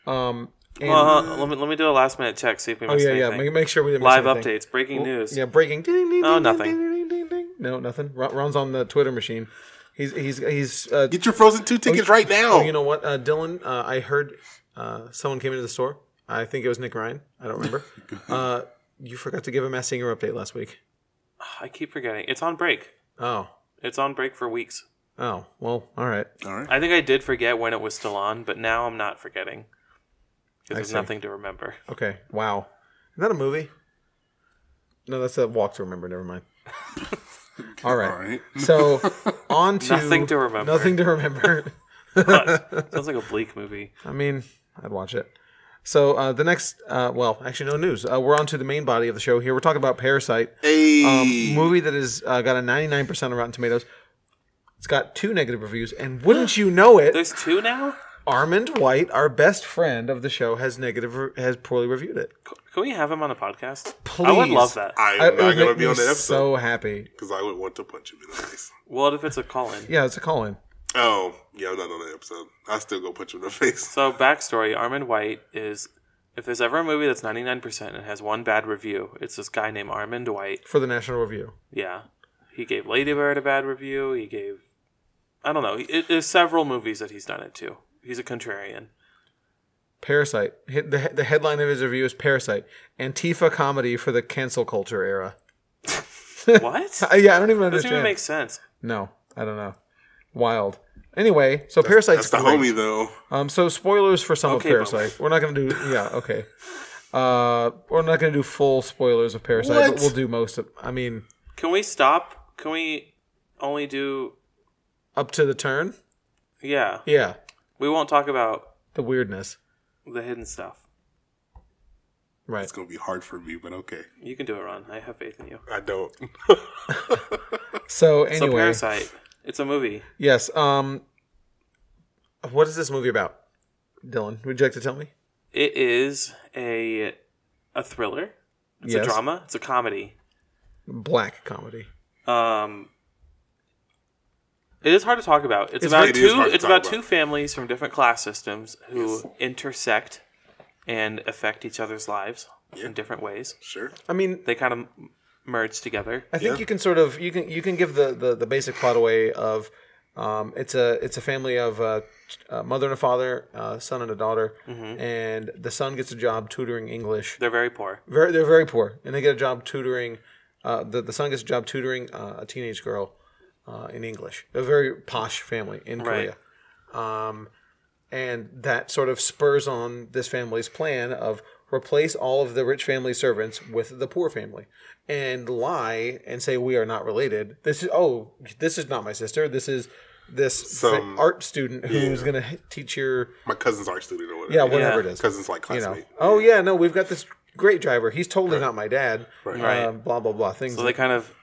Speaker 1: Um. And,
Speaker 2: well, huh, Uh, let me let me do a last minute check. See if we
Speaker 1: oh
Speaker 2: missed
Speaker 1: yeah, yeah.
Speaker 2: anything.
Speaker 1: Make, make sure we didn't miss
Speaker 2: Live
Speaker 1: anything.
Speaker 2: updates, breaking news.
Speaker 1: Yeah, breaking. Ding, ding, ding,
Speaker 2: Oh,
Speaker 1: ding,
Speaker 2: nothing.
Speaker 1: Ding, ding, ding, ding. No, nothing. Ron- Ron's on the Twitter machine. He's he's he's. Uh,
Speaker 3: Get your Frozen Two tickets right now.
Speaker 1: oh, you know what, uh, Dylan? Uh, I heard uh, someone came into the store. I think it was Nick Ryan. I don't remember. uh, you forgot to give a Mass Singer update last week.
Speaker 2: I keep forgetting. It's on break.
Speaker 1: Oh,
Speaker 2: It's on break for weeks.
Speaker 1: oh. Well, all right.
Speaker 3: All right.
Speaker 2: I think I did forget when it was still on, but now I'm not forgetting. 'Cause there's
Speaker 1: see.
Speaker 2: nothing to remember.
Speaker 1: Okay. Wow. Is that a movie? No, that's a walk to remember. Never mind. All right.
Speaker 3: All right.
Speaker 1: So on to
Speaker 2: Nothing to remember.
Speaker 1: Nothing to remember.
Speaker 2: But sounds like a bleak movie.
Speaker 1: I mean, I'd watch it. So uh, the next, uh, well, actually, no news. Uh, we're on to the main body of the show here. We're talking about Parasite,
Speaker 3: Hey.
Speaker 1: um, movie that has uh, got a 99% on Rotten Tomatoes. It's got two negative reviews, and wouldn't you know it,
Speaker 2: There's two now?
Speaker 1: Armand White, our best friend of the show, has negative re- has poorly reviewed it.
Speaker 2: C- Can we have him on a podcast? I would
Speaker 1: Please.
Speaker 2: love that.
Speaker 3: I'm
Speaker 1: I- it
Speaker 3: not
Speaker 1: would
Speaker 3: gonna
Speaker 1: make
Speaker 3: be on
Speaker 1: me
Speaker 3: that episode
Speaker 1: So happy.
Speaker 3: because I would want to punch him in the face.
Speaker 2: What if it's a call in?
Speaker 1: Yeah, it's a call in.
Speaker 3: Oh, yeah, I'm not on that episode. I still go punch him in the face.
Speaker 2: So, backstory Armin White is if there's ever a movie that's 99% and has one bad review, it's this guy named Armin White.
Speaker 1: for the National Review.
Speaker 2: Yeah. He gave Ladybird a bad review. He gave. I don't know. It, there's several movies that he's done it to. He's a contrarian.
Speaker 1: Parasite. Hi- The, the headline of his review is Parasite, Antifa comedy for the cancel culture era.
Speaker 2: What?
Speaker 1: Uh, yeah, I don't even
Speaker 2: doesn't
Speaker 1: understand.
Speaker 2: even make sense.
Speaker 1: no, I don't know. Wild. Anyway, so Parasite's
Speaker 3: That's the
Speaker 1: great.
Speaker 3: homie though.
Speaker 1: Um, so spoilers for some
Speaker 2: Okay,
Speaker 1: of
Speaker 2: but-
Speaker 1: Parasite. We're not gonna do. Yeah, okay. Uh, we're not gonna do full spoilers of Parasite,
Speaker 3: What?
Speaker 1: but we'll do most of. I mean,
Speaker 2: Can we stop? Can we only do?
Speaker 1: up to the turn.
Speaker 2: Yeah,
Speaker 1: Yeah,
Speaker 2: we won't talk about
Speaker 1: the weirdness.
Speaker 2: the hidden stuff.
Speaker 1: Right.
Speaker 3: It's gonna be hard for me, but okay.
Speaker 2: You can do it, Ron. I have faith in you.
Speaker 3: I don't.
Speaker 1: So
Speaker 2: So,
Speaker 1: anyway,
Speaker 2: Parasite. It's a movie.
Speaker 1: yes. Um, what is this movie about? Dylan, would you like to tell me?
Speaker 2: It is a a thriller. It's
Speaker 1: Yes.
Speaker 2: a drama. It's a comedy.
Speaker 1: Black comedy.
Speaker 2: Um, it is hard to talk about. It's,
Speaker 1: It's
Speaker 2: about
Speaker 1: very-
Speaker 3: It is
Speaker 2: two.
Speaker 3: hard to
Speaker 2: It's
Speaker 3: talk
Speaker 2: about
Speaker 3: about.
Speaker 2: two families from different class systems who intersect and affect each other's lives in different ways.
Speaker 3: Sure.
Speaker 1: I mean,
Speaker 2: They kind of m- merge together.
Speaker 1: I think you can sort of you can you can give the the, the basic plot away of um, it's a it's a family of uh, a mother and a father, uh, son and a daughter, and the son gets a job tutoring English.
Speaker 2: They're very poor.
Speaker 1: Very they're very poor, and they get a job tutoring. Uh, the the son gets a job tutoring uh, a teenage girl uh, in English. A very posh family in Korea.
Speaker 2: Right.
Speaker 1: Um, and that sort of spurs on this family's plan of replace all of the rich family servants with the poor family and lie and say we are not related. This is oh, this is not my sister. This is this fa-
Speaker 3: Some-
Speaker 1: art student who's going to teach your
Speaker 3: My cousin's art student or whatever.
Speaker 1: yeah whatever
Speaker 2: Yeah.
Speaker 1: it is.
Speaker 3: Cousin's like
Speaker 1: You know,
Speaker 3: classmate.
Speaker 1: oh yeah, no, we've got this great driver. He's totally not my dad.
Speaker 3: Right.
Speaker 1: Uh, blah blah blah things.
Speaker 2: So they kind of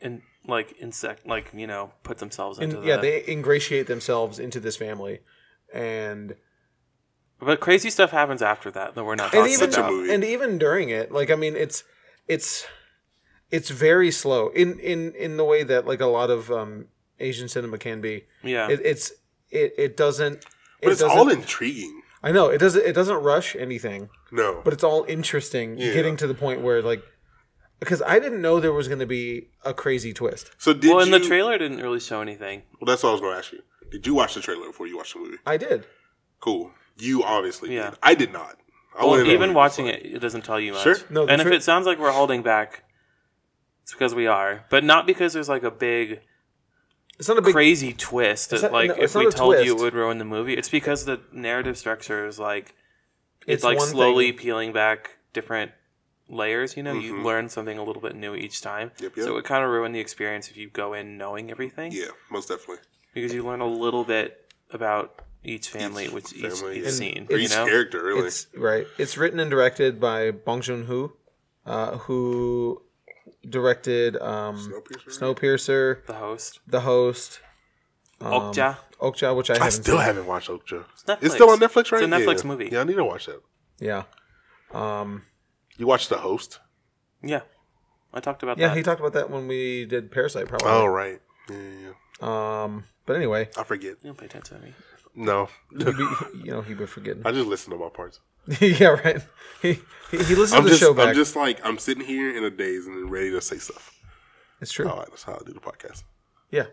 Speaker 2: in like insect like you know put themselves into
Speaker 1: And,
Speaker 2: that.
Speaker 1: yeah, they ingratiate themselves into this family, and
Speaker 2: but crazy stuff happens after that that we're not
Speaker 1: and
Speaker 2: talking
Speaker 1: even
Speaker 3: such a
Speaker 2: about.
Speaker 3: movie.
Speaker 1: and even during it, like I mean, it's it's it's very slow in in in the way that like a lot of um, Asian cinema can be.
Speaker 2: yeah,
Speaker 1: It, it's it it doesn't.
Speaker 3: But
Speaker 1: it
Speaker 3: it's
Speaker 1: doesn't-
Speaker 3: all intriguing.
Speaker 1: I know it doesn't. It doesn't rush anything,
Speaker 3: No,
Speaker 1: but it's all interesting.
Speaker 3: Yeah.
Speaker 1: Getting to the point where like, because I didn't know there was going to be a crazy twist.
Speaker 3: so did
Speaker 2: well, and
Speaker 3: you,
Speaker 2: the trailer didn't really show anything.
Speaker 3: Well, that's what I was going to ask you. Did you watch the trailer before you watched the movie?
Speaker 1: I did.
Speaker 3: Cool. You obviously
Speaker 2: Yeah.
Speaker 3: did. I did not. I
Speaker 2: Well,
Speaker 3: wanted to
Speaker 2: even
Speaker 3: know.
Speaker 2: watching it, it doesn't tell you much.
Speaker 3: Sure.
Speaker 1: No, the
Speaker 2: and if
Speaker 1: tra-
Speaker 2: it sounds like we're holding back, it's because we are, but not because there's like a big
Speaker 1: It's not a big.
Speaker 2: crazy twist that
Speaker 1: not-
Speaker 2: like
Speaker 1: no,
Speaker 2: if
Speaker 1: it's
Speaker 2: we
Speaker 1: not a
Speaker 2: told you it
Speaker 1: twist.
Speaker 2: would ruin the movie. It's because the narrative structure is like it's,
Speaker 1: It's
Speaker 2: like
Speaker 1: one
Speaker 2: slowly
Speaker 1: thing.
Speaker 2: peeling back different layers, you know, you learn something a little bit new each time.
Speaker 3: Mm-hmm. Yep, yep.
Speaker 2: So it kind of ruined the experience if you go in knowing everything
Speaker 3: Yeah, most definitely.
Speaker 2: because you learn a little bit about each family,
Speaker 3: Each
Speaker 2: which
Speaker 3: family,
Speaker 2: each,
Speaker 3: yeah.
Speaker 2: each scene,
Speaker 3: Or
Speaker 2: you
Speaker 3: each
Speaker 2: know.
Speaker 3: character, really.
Speaker 1: It's right. It's written and directed by Bong Joon Ho, uh, who directed um,
Speaker 3: Snowpiercer?
Speaker 1: Snowpiercer,
Speaker 2: The host, Oh,
Speaker 1: The Host, Um,
Speaker 2: Okja.
Speaker 1: Okja, which I haven't
Speaker 3: I still
Speaker 1: seen.
Speaker 3: haven't watched Okja. It's,
Speaker 2: Netflix.
Speaker 3: still on Netflix,
Speaker 2: It's
Speaker 3: right?
Speaker 2: a Netflix
Speaker 3: Yeah.
Speaker 2: movie.
Speaker 3: Yeah, I need to watch that.
Speaker 1: Yeah, um,
Speaker 3: You watched The Host?
Speaker 2: Yeah, I talked about
Speaker 1: yeah.
Speaker 2: that.
Speaker 1: He talked about that when we did Parasite,
Speaker 3: Oh,
Speaker 1: probably.
Speaker 3: right. Yeah, yeah, yeah.
Speaker 1: Um, but anyway,
Speaker 3: I forget.
Speaker 2: you don't pay attention to me.
Speaker 3: No.
Speaker 1: he'd be, you know, he'd be forgetting.
Speaker 3: I just listen to my parts.
Speaker 1: yeah, right. He he, he listens
Speaker 3: I'm
Speaker 1: to the
Speaker 3: just,
Speaker 1: show back.
Speaker 3: I'm just like, I'm sitting here in a daze and ready to say stuff.
Speaker 1: it's true.
Speaker 3: All right, that's how I do the podcast.
Speaker 1: Yeah.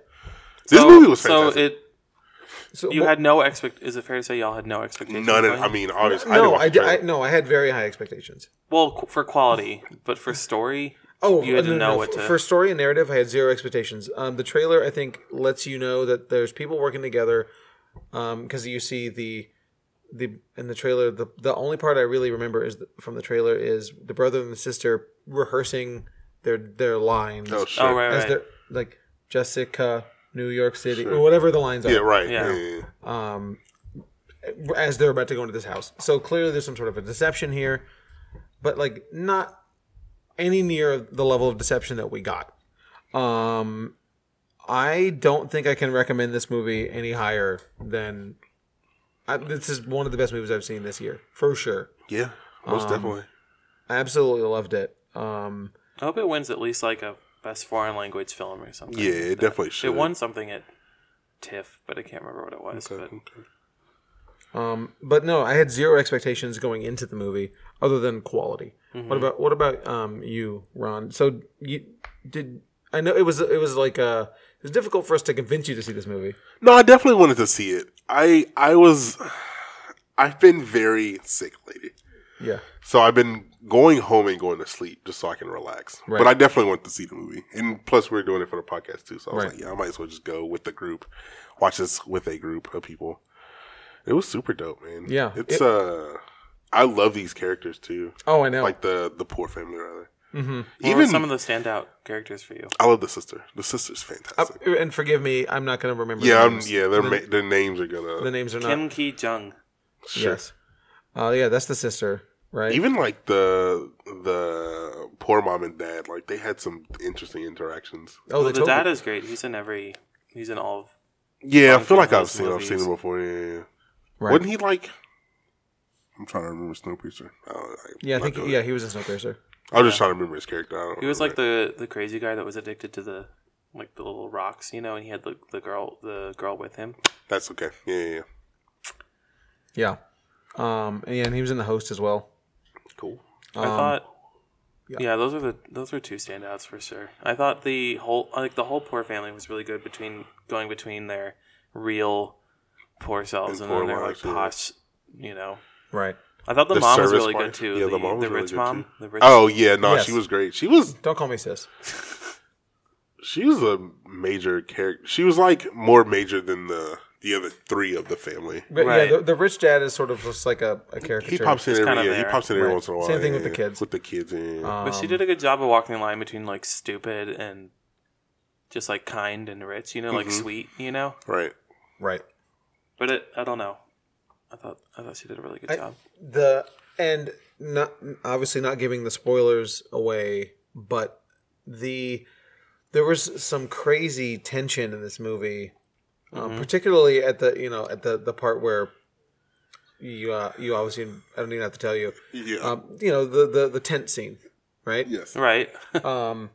Speaker 3: This
Speaker 2: So-
Speaker 3: movie was fantastic.
Speaker 2: So it
Speaker 1: So
Speaker 2: you
Speaker 1: well,
Speaker 2: had no expect. Is it fair to say y'all had no expectations?
Speaker 3: None of,
Speaker 2: going
Speaker 3: I
Speaker 2: in?
Speaker 3: mean, obviously,
Speaker 1: no,
Speaker 3: I
Speaker 1: I,
Speaker 3: didn't watch the
Speaker 1: did, I
Speaker 3: trailer.
Speaker 1: no, I had very high expectations.
Speaker 2: well, qu- for quality, but for story,
Speaker 1: Oh,
Speaker 2: you had
Speaker 1: no,
Speaker 2: to
Speaker 1: no,
Speaker 2: know
Speaker 1: no.
Speaker 2: what
Speaker 1: For-
Speaker 2: to.
Speaker 1: For story and narrative, I had zero expectations. Um, the trailer, I think, lets you know that there's people working together. Because you see the the in the trailer, the the only part I really remember is the, from the trailer is the brother and the sister rehearsing their their lines
Speaker 3: Oh, shit.
Speaker 2: oh right,
Speaker 1: as
Speaker 2: right.
Speaker 1: they're like Jessica, New York City,
Speaker 3: Sure.
Speaker 1: or whatever the lines are.
Speaker 3: Yeah, right.
Speaker 2: Yeah.
Speaker 3: Yeah. yeah,
Speaker 1: um, as they're about to go into this house. So clearly, there's some sort of a deception here, but like not any near the level of deception that we got. Um, I don't think I can recommend this movie any higher than. I, this is one of the best movies I've seen this year, for sure.
Speaker 3: yeah. Yeah, most
Speaker 1: Um,
Speaker 3: definitely.
Speaker 1: I absolutely loved it. Um,
Speaker 2: I hope it wins at least like a best foreign language film or something.
Speaker 3: Yeah,
Speaker 2: like
Speaker 3: it
Speaker 2: that.
Speaker 3: definitely should.
Speaker 2: It won something at TIFF, but I can't remember what it was.
Speaker 3: Okay,
Speaker 2: But
Speaker 3: okay.
Speaker 1: um, but no, I had zero expectations going into the movie, other than quality. What about what about um, you, Ron? So you did. I know it was it was like uh it was difficult for us to convince you to see this movie.
Speaker 3: No, I definitely wanted to see it. I I was I've been very sick lately.
Speaker 1: Yeah,
Speaker 3: So I've been going home and going to sleep just so I can relax.
Speaker 1: Right.
Speaker 3: But I definitely want to see the movie. And plus we are doing it for the podcast too. So I was
Speaker 1: Right.
Speaker 3: like, yeah, I might as well just go with the group. Watch this with a group of people. It was super dope, man.
Speaker 1: Yeah.
Speaker 3: It's
Speaker 1: It-
Speaker 3: uh I love these characters too.
Speaker 1: Oh, I know.
Speaker 3: Like the the poor family rather.
Speaker 1: hmm
Speaker 2: what were
Speaker 3: Even
Speaker 2: some of the standout characters for you.
Speaker 3: I love the sister. The sister's fantastic.
Speaker 1: Uh, and forgive me, I'm not going to remember.
Speaker 3: yeah,
Speaker 1: Oh, the
Speaker 3: I'm,
Speaker 1: names.
Speaker 3: yeah, their ma- their names are gonna
Speaker 1: The names are not.
Speaker 2: Kim Ki Jung.
Speaker 3: sure.
Speaker 1: Yes. Uh, yeah, that's the sister, right?
Speaker 3: Even like the the poor mom and dad, like they had some interesting interactions.
Speaker 1: oh,
Speaker 2: well,
Speaker 1: the
Speaker 2: the
Speaker 1: dad
Speaker 2: dad is great. He's in every. He's in all. Of,
Speaker 3: Yeah, I
Speaker 2: Fun
Speaker 3: feel like
Speaker 2: Family
Speaker 3: I've seen I've seen
Speaker 2: movies.
Speaker 3: him before. Yeah, yeah, yeah.
Speaker 1: right.
Speaker 3: Wasn't he like? I'm trying to remember Snowpiercer. I don't know, I'm
Speaker 1: yeah, I
Speaker 3: not
Speaker 1: think
Speaker 3: doing
Speaker 1: yeah
Speaker 3: it.
Speaker 1: he was in Snowpiercer.
Speaker 3: I was just trying to remember his character. I don't
Speaker 2: he was like
Speaker 3: remember
Speaker 2: the the crazy guy that was addicted to the like the little rocks, you know, and he had the the girl the girl with him.
Speaker 3: it. That's okay. Yeah, yeah, yeah.
Speaker 1: Yeah. Um. And, yeah, and he was in the host as well.
Speaker 3: Cool.
Speaker 2: I
Speaker 1: Um,
Speaker 2: thought, yeah. those are the those were two standouts for sure. I thought the whole like the whole poor family was really good between going between their real poor selves
Speaker 3: And
Speaker 2: and,
Speaker 3: poor
Speaker 2: then their like
Speaker 3: lives, yeah.
Speaker 2: posh, you know.
Speaker 1: Right.
Speaker 2: I thought the,
Speaker 3: The
Speaker 2: mom was
Speaker 3: service
Speaker 2: really
Speaker 3: part?
Speaker 2: good too.
Speaker 3: Yeah,
Speaker 2: the,
Speaker 3: the mom was
Speaker 2: the
Speaker 3: really
Speaker 2: rich
Speaker 3: good,
Speaker 2: mom,
Speaker 3: too.
Speaker 2: the rich.
Speaker 3: Oh yeah, no,
Speaker 1: Yes.
Speaker 3: she was great. She was
Speaker 1: Don't call me sis.
Speaker 3: she was a major character. She was like more major than the the other three of the family.
Speaker 1: But
Speaker 2: Right.
Speaker 1: yeah, the, the rich dad is sort of just like a, a caricature.
Speaker 3: He pops in
Speaker 2: kinda
Speaker 3: every yeah, he
Speaker 2: there.
Speaker 3: pops in every
Speaker 1: Right.
Speaker 3: once in a while.
Speaker 1: Same thing
Speaker 3: yeah,
Speaker 1: with the
Speaker 3: yeah.
Speaker 1: kids. Uh,
Speaker 3: With the kids, yeah. yeah.
Speaker 1: Um,
Speaker 2: but she did a good job of walking the line between like stupid and just like kind and rich, you know, like
Speaker 3: Mm-hmm.
Speaker 2: sweet, you know.
Speaker 3: right.
Speaker 1: Right.
Speaker 2: But it, I don't know. I thought I thought she did a really good job.
Speaker 1: The and not obviously not giving the spoilers away, but the there was some crazy tension in this movie,
Speaker 2: Mm-hmm.
Speaker 1: um, particularly at the you know at the the part where you uh, you obviously I don't even have to tell you
Speaker 3: Yeah.
Speaker 1: um, you know the the the tent scene, right?
Speaker 3: yes.
Speaker 2: Right.
Speaker 1: um,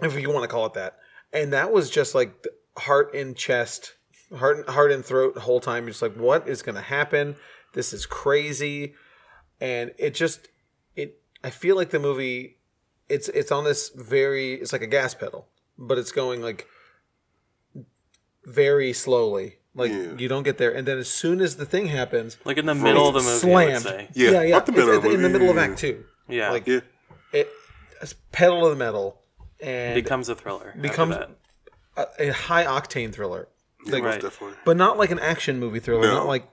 Speaker 1: if you want to call it that. And that was just like th- heart in chest, heart heart and throat the whole time. You're just like, what is going to happen? This is crazy, and it just it. I feel like the movie, it's it's on this very. It's like a gas pedal, but it's going like very slowly. Like
Speaker 3: Yeah.
Speaker 1: you don't get there, and then as soon as the thing happens,
Speaker 2: like in the middle of the movie, I would
Speaker 1: slammed.
Speaker 2: say.
Speaker 3: Yeah,
Speaker 1: yeah, yeah.
Speaker 3: at the middle
Speaker 1: It's
Speaker 3: of
Speaker 1: at the-
Speaker 3: the
Speaker 1: in the
Speaker 3: movie,
Speaker 1: middle of
Speaker 3: yeah,
Speaker 1: Act Two,
Speaker 2: Yeah.
Speaker 1: Like,
Speaker 3: Yeah.
Speaker 1: it it's pedal to the metal, and
Speaker 2: becomes a thriller.
Speaker 1: becomes
Speaker 2: Becomes that.
Speaker 1: a, a high octane thriller,
Speaker 3: Yeah,
Speaker 1: Like-
Speaker 3: most
Speaker 2: Right.
Speaker 3: definitely.
Speaker 1: but not like an action movie thriller.
Speaker 3: No.
Speaker 1: Not like,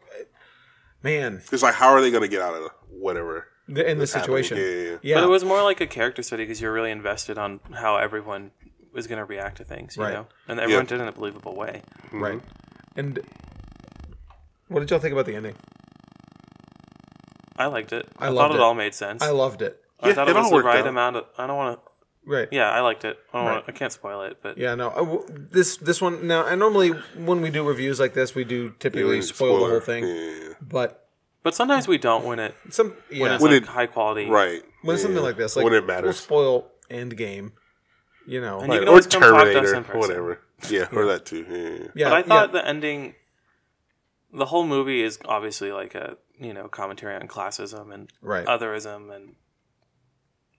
Speaker 1: man,
Speaker 3: It's like, how are they going to get out of whatever?
Speaker 1: th- in this
Speaker 3: That's happening.
Speaker 1: situation.
Speaker 3: Yeah, yeah, yeah.
Speaker 2: But it was more like a character study because you're really invested on how everyone was going to react to things, you
Speaker 1: Right.
Speaker 2: know, and everyone
Speaker 3: Yeah.
Speaker 2: did it in a believable way.
Speaker 3: Mm-hmm.
Speaker 1: right. And what did y'all think about the ending?
Speaker 2: I liked it.
Speaker 1: I
Speaker 2: I, thought
Speaker 1: loved
Speaker 2: it,
Speaker 1: it.
Speaker 2: all made sense.
Speaker 1: I
Speaker 2: I,
Speaker 1: loved it.
Speaker 3: Yeah,
Speaker 2: thought
Speaker 3: it
Speaker 2: it was
Speaker 3: all
Speaker 2: the
Speaker 3: worked
Speaker 2: right
Speaker 3: out.
Speaker 2: amount. Of, I don't want to.
Speaker 1: Right.
Speaker 2: Yeah, I liked it. I, don't wanna,
Speaker 1: Right.
Speaker 2: I can't spoil it, but
Speaker 1: Yeah, no. I w- This this one now. I normally when we do reviews like this, we do typically spoil the whole thing.
Speaker 3: Yeah, yeah, yeah.
Speaker 1: But
Speaker 2: but sometimes we don't when it
Speaker 1: some yeah,
Speaker 2: when
Speaker 1: when,
Speaker 2: it's
Speaker 3: When
Speaker 2: like
Speaker 3: it-
Speaker 2: high quality,
Speaker 3: Right.
Speaker 1: it's something
Speaker 3: yeah.
Speaker 1: like this, like
Speaker 3: when it
Speaker 1: we'll
Speaker 3: matters.
Speaker 1: spoil Endgame. You know,
Speaker 2: And
Speaker 3: Right,
Speaker 2: you can
Speaker 3: Or
Speaker 2: always come talk to us
Speaker 3: Terminator.
Speaker 2: in person.
Speaker 3: Whatever. Yeah, or that too. Yeah, yeah, yeah.
Speaker 1: yeah,
Speaker 2: But I thought
Speaker 1: yeah,
Speaker 2: the ending, the whole movie is obviously like a you know commentary on classism and
Speaker 1: right.
Speaker 2: otherism and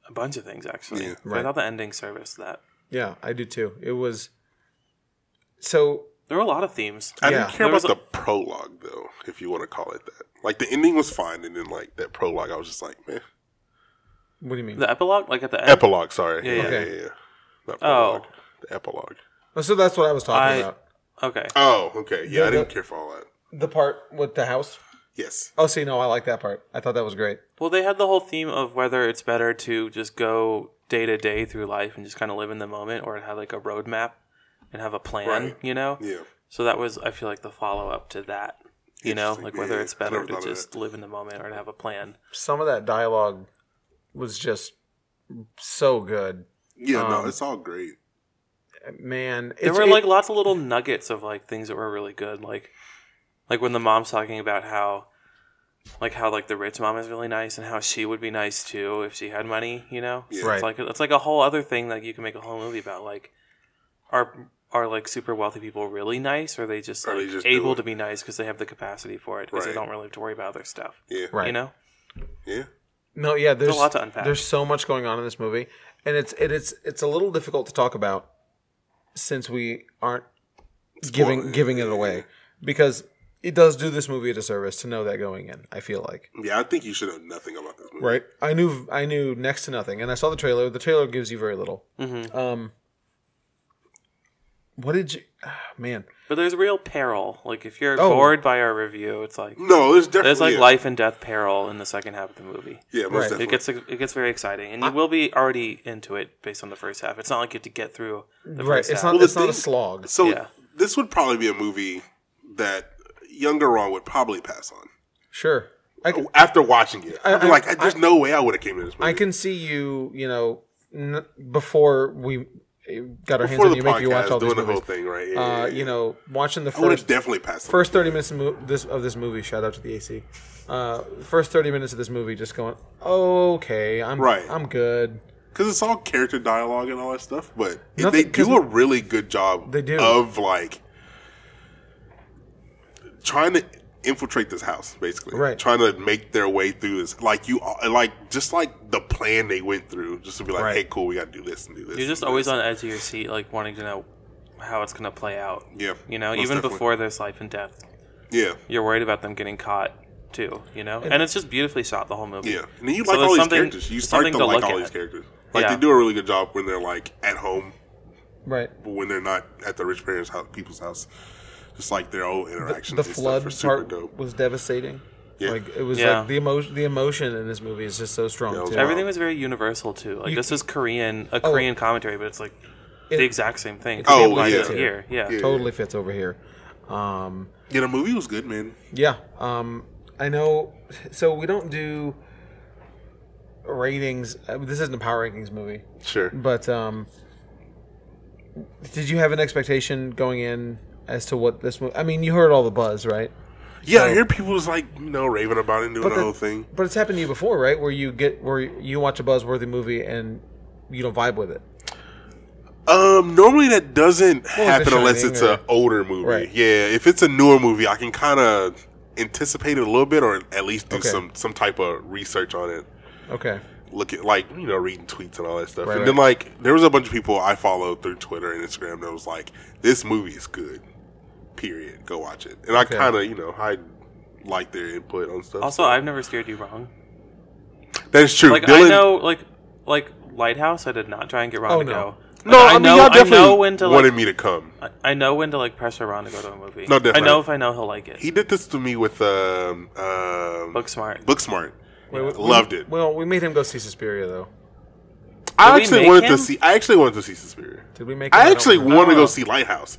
Speaker 2: a bunch of things actually.
Speaker 3: Yeah.
Speaker 2: But I thought the ending serviced that.
Speaker 1: yeah, I do too. It was so
Speaker 2: There were a lot of themes.
Speaker 1: Yeah.
Speaker 3: I didn't care
Speaker 2: There
Speaker 3: about
Speaker 2: was
Speaker 3: the prologue though, if you want to call it that. Like the ending was fine, and then like that prologue, I was just like, man.
Speaker 1: What do you mean?
Speaker 2: The epilogue, like at the end.
Speaker 3: Epilogue, sorry.
Speaker 2: Yeah, yeah.
Speaker 1: Okay.
Speaker 3: yeah, yeah. Not
Speaker 2: Oh.
Speaker 3: prologue. The epilogue.
Speaker 1: Oh, so that's what I was talking
Speaker 2: I-
Speaker 1: about.
Speaker 2: okay.
Speaker 3: Oh, okay. Yeah,
Speaker 1: Yeah,
Speaker 3: I didn't
Speaker 1: the-
Speaker 3: care for all that.
Speaker 1: The part with the house.
Speaker 3: Yes.
Speaker 1: Oh, see, no, I like that part. I thought that was great.
Speaker 2: Well, they had the whole theme of whether it's better to just go day to day through life and just kind of live in the moment, or have like a roadmap and have a plan.
Speaker 3: Right.
Speaker 2: You know.
Speaker 3: Yeah.
Speaker 2: So that was, I feel like, the follow up to that. You know,
Speaker 3: Interesting.
Speaker 2: like whether
Speaker 3: Yeah,
Speaker 2: it's
Speaker 3: I
Speaker 2: better
Speaker 3: never
Speaker 2: to
Speaker 3: thought of
Speaker 2: just live in the moment or to have a plan.
Speaker 1: Some of that dialogue was just so good,
Speaker 3: Yeah.
Speaker 1: Um,
Speaker 3: no, it's all great.
Speaker 1: man.
Speaker 2: There
Speaker 1: it's-
Speaker 2: were
Speaker 1: it-
Speaker 2: like lots of little nuggets of like things that were really good, like like when the mom's talking about how like how like the rich mom is really nice and how she would be nice too if she had money, you know.
Speaker 3: Yeah.
Speaker 2: So
Speaker 1: Right.
Speaker 2: It's like it's like a whole other thing that you can make a whole movie about. Like, are are like super wealthy people really nice? Or are they just
Speaker 3: Are
Speaker 2: like
Speaker 3: they just
Speaker 2: able
Speaker 3: doing-
Speaker 2: to be nice because they have the capacity for it because
Speaker 3: Right.
Speaker 2: they don't really have to worry about their stuff?
Speaker 3: Yeah.
Speaker 1: right.
Speaker 2: You know,
Speaker 3: Yeah.
Speaker 1: No, yeah, there's,
Speaker 2: a lot to unpack.
Speaker 1: There's so much going on in this movie, and it's it, it's it's a little difficult to talk about since we aren't giving
Speaker 3: Spoiling.
Speaker 1: giving it away because it does do this movie a disservice to know that going in. I feel like.
Speaker 3: Yeah, I think you should know nothing about this movie.
Speaker 1: Right. I knew I knew next to nothing, and I saw the trailer. The trailer gives you very little.
Speaker 2: Mm-hmm.
Speaker 1: Um, what did you, ah, man?
Speaker 2: but there's real peril. Like if you're
Speaker 1: Oh.
Speaker 2: bored by our review, it's like
Speaker 3: No, there's definitely
Speaker 2: there's like
Speaker 3: Mm, yeah.
Speaker 2: life and death peril in the second half of the movie.
Speaker 3: Yeah, most
Speaker 1: Right. It
Speaker 3: definitely.
Speaker 2: It gets it gets very exciting, and you will be already into it based on the first half. It's not like you have to get through the
Speaker 1: Right.
Speaker 2: first
Speaker 1: It's
Speaker 2: half.
Speaker 1: not.
Speaker 3: Well, the
Speaker 1: It's not a
Speaker 3: thing-
Speaker 1: slog.
Speaker 3: So
Speaker 2: Yeah.
Speaker 3: this would probably be a movie that younger Ron would probably pass on
Speaker 1: Sure. I, c-
Speaker 3: after watching it. I'd be
Speaker 1: I-
Speaker 3: like, there's no way I would have came to this movie.
Speaker 1: I can see you. You know, n- before we eh, got our hands
Speaker 3: before
Speaker 1: on
Speaker 3: the
Speaker 1: you,
Speaker 3: podcast,
Speaker 1: make you watch all these
Speaker 3: doing the
Speaker 1: movies.
Speaker 3: whole thing, right? Yeah, yeah,
Speaker 1: Uh,
Speaker 3: yeah.
Speaker 1: you know, watching the
Speaker 3: I would have
Speaker 1: first
Speaker 3: definitely passed on.
Speaker 1: first thirty minutes of mo- this of this movie. Shout out to the AC. Uh, first thirty minutes of this movie, just going, okay, I'm
Speaker 3: Right.
Speaker 1: I'm good.
Speaker 3: because it's all character dialogue and all that stuff. But it-
Speaker 1: Nothing-
Speaker 3: they
Speaker 1: 'cause-
Speaker 3: do a really good job.
Speaker 1: They do.
Speaker 3: of like trying to infiltrate this house, basically.
Speaker 1: Right.
Speaker 3: Trying to make their way through this, like you, like just like the plan they went through, just to be like,
Speaker 1: Right.
Speaker 3: hey, cool, we got to do this and do this.
Speaker 2: You're just
Speaker 3: and
Speaker 2: always
Speaker 3: this.
Speaker 2: on the edge of your seat, like wanting to know how it's gonna play out.
Speaker 3: Yeah,
Speaker 2: you know,
Speaker 3: most
Speaker 2: even
Speaker 3: definitely.
Speaker 2: before there's life and death,
Speaker 3: yeah,
Speaker 2: you're worried about them getting caught too. You know, and, it's just beautifully shot the whole movie.
Speaker 3: yeah. And then you
Speaker 2: So
Speaker 3: like
Speaker 2: there's
Speaker 3: all these
Speaker 2: something-
Speaker 3: characters. You
Speaker 2: there's
Speaker 3: start
Speaker 2: something
Speaker 3: to,
Speaker 2: to
Speaker 3: like
Speaker 2: look
Speaker 3: all
Speaker 2: at.
Speaker 3: these characters. Like
Speaker 2: Yeah.
Speaker 3: they do a really good job when they're like at home,
Speaker 1: Right.
Speaker 3: but when they're not at the rich parents' house, people's house. Just like their own interactions.
Speaker 1: the
Speaker 3: and
Speaker 1: flood
Speaker 3: stuff are super
Speaker 1: part
Speaker 3: dope.
Speaker 1: was devastating.
Speaker 3: Yeah.
Speaker 1: Like it was
Speaker 2: Yeah.
Speaker 1: like the emotion the emotion in this movie is just so strong
Speaker 3: Yeah, it was
Speaker 1: too.
Speaker 3: wild.
Speaker 2: Everything was very universal too. Like this is Korean, a Korean commentary, but it's like
Speaker 1: It-
Speaker 2: the exact same thing.
Speaker 3: Oh,
Speaker 2: Applied
Speaker 3: yeah.
Speaker 2: to here, yeah.
Speaker 3: Yeah.
Speaker 1: totally fits over here. Um
Speaker 3: Yeah, the movie was good, man.
Speaker 1: yeah. Um I know so we don't do ratings. uh, This isn't a power rankings movie,
Speaker 3: Sure.
Speaker 1: but um Did you have an expectation going in as to what this movie? I mean, you heard all the buzz, right?
Speaker 3: Yeah, I hear people was like, you know, raving about it and doing the
Speaker 1: that-
Speaker 3: whole thing.
Speaker 1: But it's happened to you before, right? Where you get where you watch a buzzworthy movie and you don't vibe with it.
Speaker 3: Um, normally that doesn't
Speaker 1: The
Speaker 3: happen unless
Speaker 1: Shining
Speaker 3: it's
Speaker 1: or-
Speaker 3: an older movie.
Speaker 1: Right.
Speaker 3: Yeah, if it's a newer movie, I can kind of anticipate it a little bit, or at least do
Speaker 1: Okay.
Speaker 3: some some type of research on it.
Speaker 1: Okay.
Speaker 3: Look at like you know reading tweets and all that stuff.
Speaker 1: Right,
Speaker 3: and
Speaker 1: right.
Speaker 3: then like there was a bunch of people I followed through Twitter and Instagram that was like, "This movie is good." Period. Go watch it. And I
Speaker 1: Okay.
Speaker 3: kind of you know I like their input on stuff.
Speaker 2: Also, I've never steered you wrong.
Speaker 3: that is true.
Speaker 2: Like I know, like like Lighthouse, I did not try and get Ron
Speaker 1: Oh,
Speaker 2: to
Speaker 1: no.
Speaker 2: go.
Speaker 3: No,
Speaker 2: Like,
Speaker 3: I, mean, y'all definitely
Speaker 2: I know when to
Speaker 3: wanted
Speaker 2: like,
Speaker 3: me to come.
Speaker 2: I I know when to like pressure Ron to go to a movie.
Speaker 3: No,
Speaker 2: I
Speaker 3: definitely.
Speaker 2: know if I know he'll like it.
Speaker 3: He did this to me with um, um
Speaker 2: Book smart.
Speaker 3: Booksmart.
Speaker 1: Wait, we-
Speaker 3: Loved it.
Speaker 1: Well, we made him go see Suspiria, though.
Speaker 2: Did
Speaker 3: I
Speaker 2: we
Speaker 3: actually
Speaker 2: make
Speaker 3: wanted
Speaker 2: him?
Speaker 3: to see. I actually wanted to see Suspiria.
Speaker 1: Did we make? him?
Speaker 3: I
Speaker 1: don't
Speaker 3: actually
Speaker 1: remember.
Speaker 3: want to
Speaker 2: know.
Speaker 3: go see Lighthouse,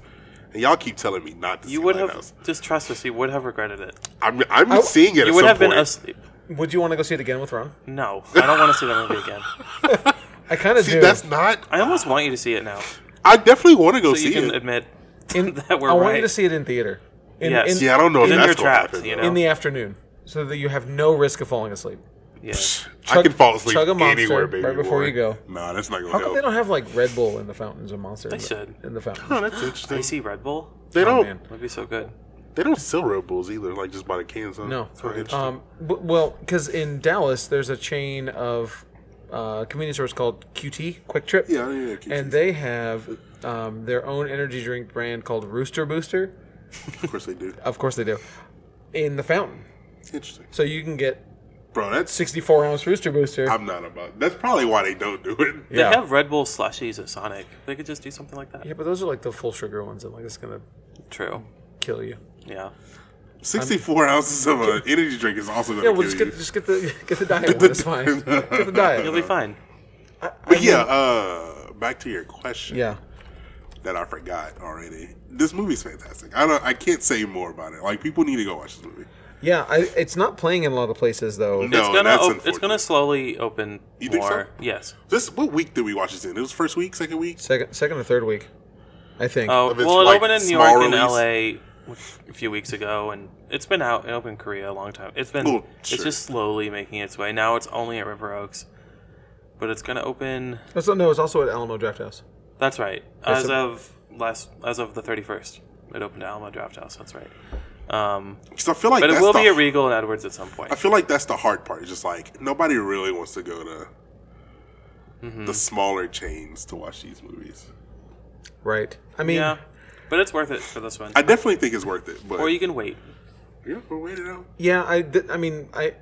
Speaker 3: and y'all keep telling me not to.
Speaker 2: You
Speaker 3: see
Speaker 2: would
Speaker 3: Lighthouse.
Speaker 2: have just trust us. You would have regretted it.
Speaker 3: I'm, I'm
Speaker 1: w-
Speaker 3: seeing it.
Speaker 2: You
Speaker 3: at
Speaker 2: would
Speaker 3: some
Speaker 2: have
Speaker 3: point.
Speaker 2: been asleep.
Speaker 1: Would you want to go see it again with Ron?
Speaker 2: No, I don't want to see that movie again.
Speaker 1: I kind of
Speaker 3: See,
Speaker 1: do.
Speaker 3: that's not.
Speaker 2: I almost want you to see it now,
Speaker 3: I definitely want to go
Speaker 2: so
Speaker 3: see
Speaker 2: you can uh,
Speaker 3: it.
Speaker 2: admit
Speaker 1: In-
Speaker 2: that we're
Speaker 1: I
Speaker 2: right.
Speaker 1: want you to see it in theater. In,
Speaker 2: Yes.
Speaker 1: in-
Speaker 3: yeah, I don't know if
Speaker 2: Then
Speaker 3: that's
Speaker 2: you're
Speaker 3: gonna
Speaker 2: trapped,
Speaker 3: happen.
Speaker 2: you
Speaker 3: though.
Speaker 2: know?
Speaker 1: in the afternoon, so that you have no risk of falling asleep.
Speaker 3: I
Speaker 2: Yeah.
Speaker 1: Chug-
Speaker 3: can fall asleep
Speaker 1: chug a Monster
Speaker 3: anywhere, baby.
Speaker 1: right before
Speaker 3: boy.
Speaker 1: you go.
Speaker 3: Nah, that's not gonna
Speaker 1: How come
Speaker 3: help.
Speaker 1: they don't have like Red Bull in the fountains or Monster? They in the,
Speaker 2: should.
Speaker 1: in the fountains.
Speaker 3: No, that's interesting.
Speaker 2: I see Red Bull.
Speaker 3: They
Speaker 1: Oh,
Speaker 3: don't.
Speaker 1: man.
Speaker 2: That'd be so good.
Speaker 3: They don't sell Red Bulls either. Like just by the cans. Huh?
Speaker 1: No.
Speaker 3: That's really interesting.
Speaker 1: Um, b- well, because in Dallas, there's a chain of uh, convenience stores called QT, Quick Trip.
Speaker 3: yeah, yeah, yeah. keep-
Speaker 1: And they have um, their own energy drink brand called Rooster Booster.
Speaker 3: of course they do.
Speaker 1: Of course they do. In the fountain.
Speaker 3: Interesting,
Speaker 1: So you can get
Speaker 3: bro. That's
Speaker 1: 64 ounce Rooster Booster.
Speaker 3: I'm not about. That's probably why they don't do it.
Speaker 1: Yeah.
Speaker 2: They have Red Bull slushies at Sonic. They could just do something like that.
Speaker 1: yeah, but those are like the full sugar ones. I'm like, it's going to
Speaker 2: True.
Speaker 1: kill you.
Speaker 2: Yeah.
Speaker 3: 64 ounces of an energy drink is also going
Speaker 1: Yeah,
Speaker 3: to
Speaker 1: well,
Speaker 3: kill
Speaker 1: just
Speaker 3: you.
Speaker 1: get, just get the get the diet one. It's fine. Get the diet.
Speaker 2: You'll be fine.
Speaker 3: but yeah, uh, back to your question
Speaker 1: Yeah.
Speaker 3: that I forgot already. This movie's fantastic. I don't. I can't say more about it. Like people need to go watch this movie.
Speaker 1: Yeah, I, it's not playing in a lot of places, though.
Speaker 3: No,
Speaker 2: It's gonna
Speaker 3: that's
Speaker 2: op-
Speaker 3: unfortunate.
Speaker 2: it's gonna slowly open
Speaker 3: You think
Speaker 2: more.
Speaker 3: so?
Speaker 2: Yes.
Speaker 3: This what week did we watch this in? It was first week, second week.
Speaker 1: Second, second or third week, I think.
Speaker 2: Oh
Speaker 3: If it's,
Speaker 2: well, it
Speaker 3: like,
Speaker 2: opened in New
Speaker 3: small
Speaker 2: York
Speaker 3: release.
Speaker 2: and LA a few weeks ago, and it's been out. It opened in Korea a long time. It's been
Speaker 3: Oh,
Speaker 2: it's
Speaker 3: sure.
Speaker 2: just slowly making its way. Now it's only at River Oaks, but it's gonna open.
Speaker 1: That's- no, it's also at Alamo Draft House.
Speaker 2: That's right. As
Speaker 1: a-
Speaker 2: of last, as of the thirty first, it opened at Alamo Draft House. That's right. Um,
Speaker 3: 'Cause I feel like
Speaker 2: but it
Speaker 3: that's
Speaker 2: will
Speaker 3: the,
Speaker 2: be at Regal and Edwards at some point.
Speaker 3: I feel like that's the hard part. It's just like nobody really wants to go to
Speaker 2: Mm-hmm.
Speaker 3: the smaller chains to watch these movies.
Speaker 1: Right. I mean,
Speaker 2: yeah,
Speaker 1: yeah.
Speaker 2: but it's worth it for this one.
Speaker 3: I definitely think it's worth it, but
Speaker 2: or you can wait.
Speaker 3: yeah, we'll wait it out.
Speaker 1: I, th- I mean, I,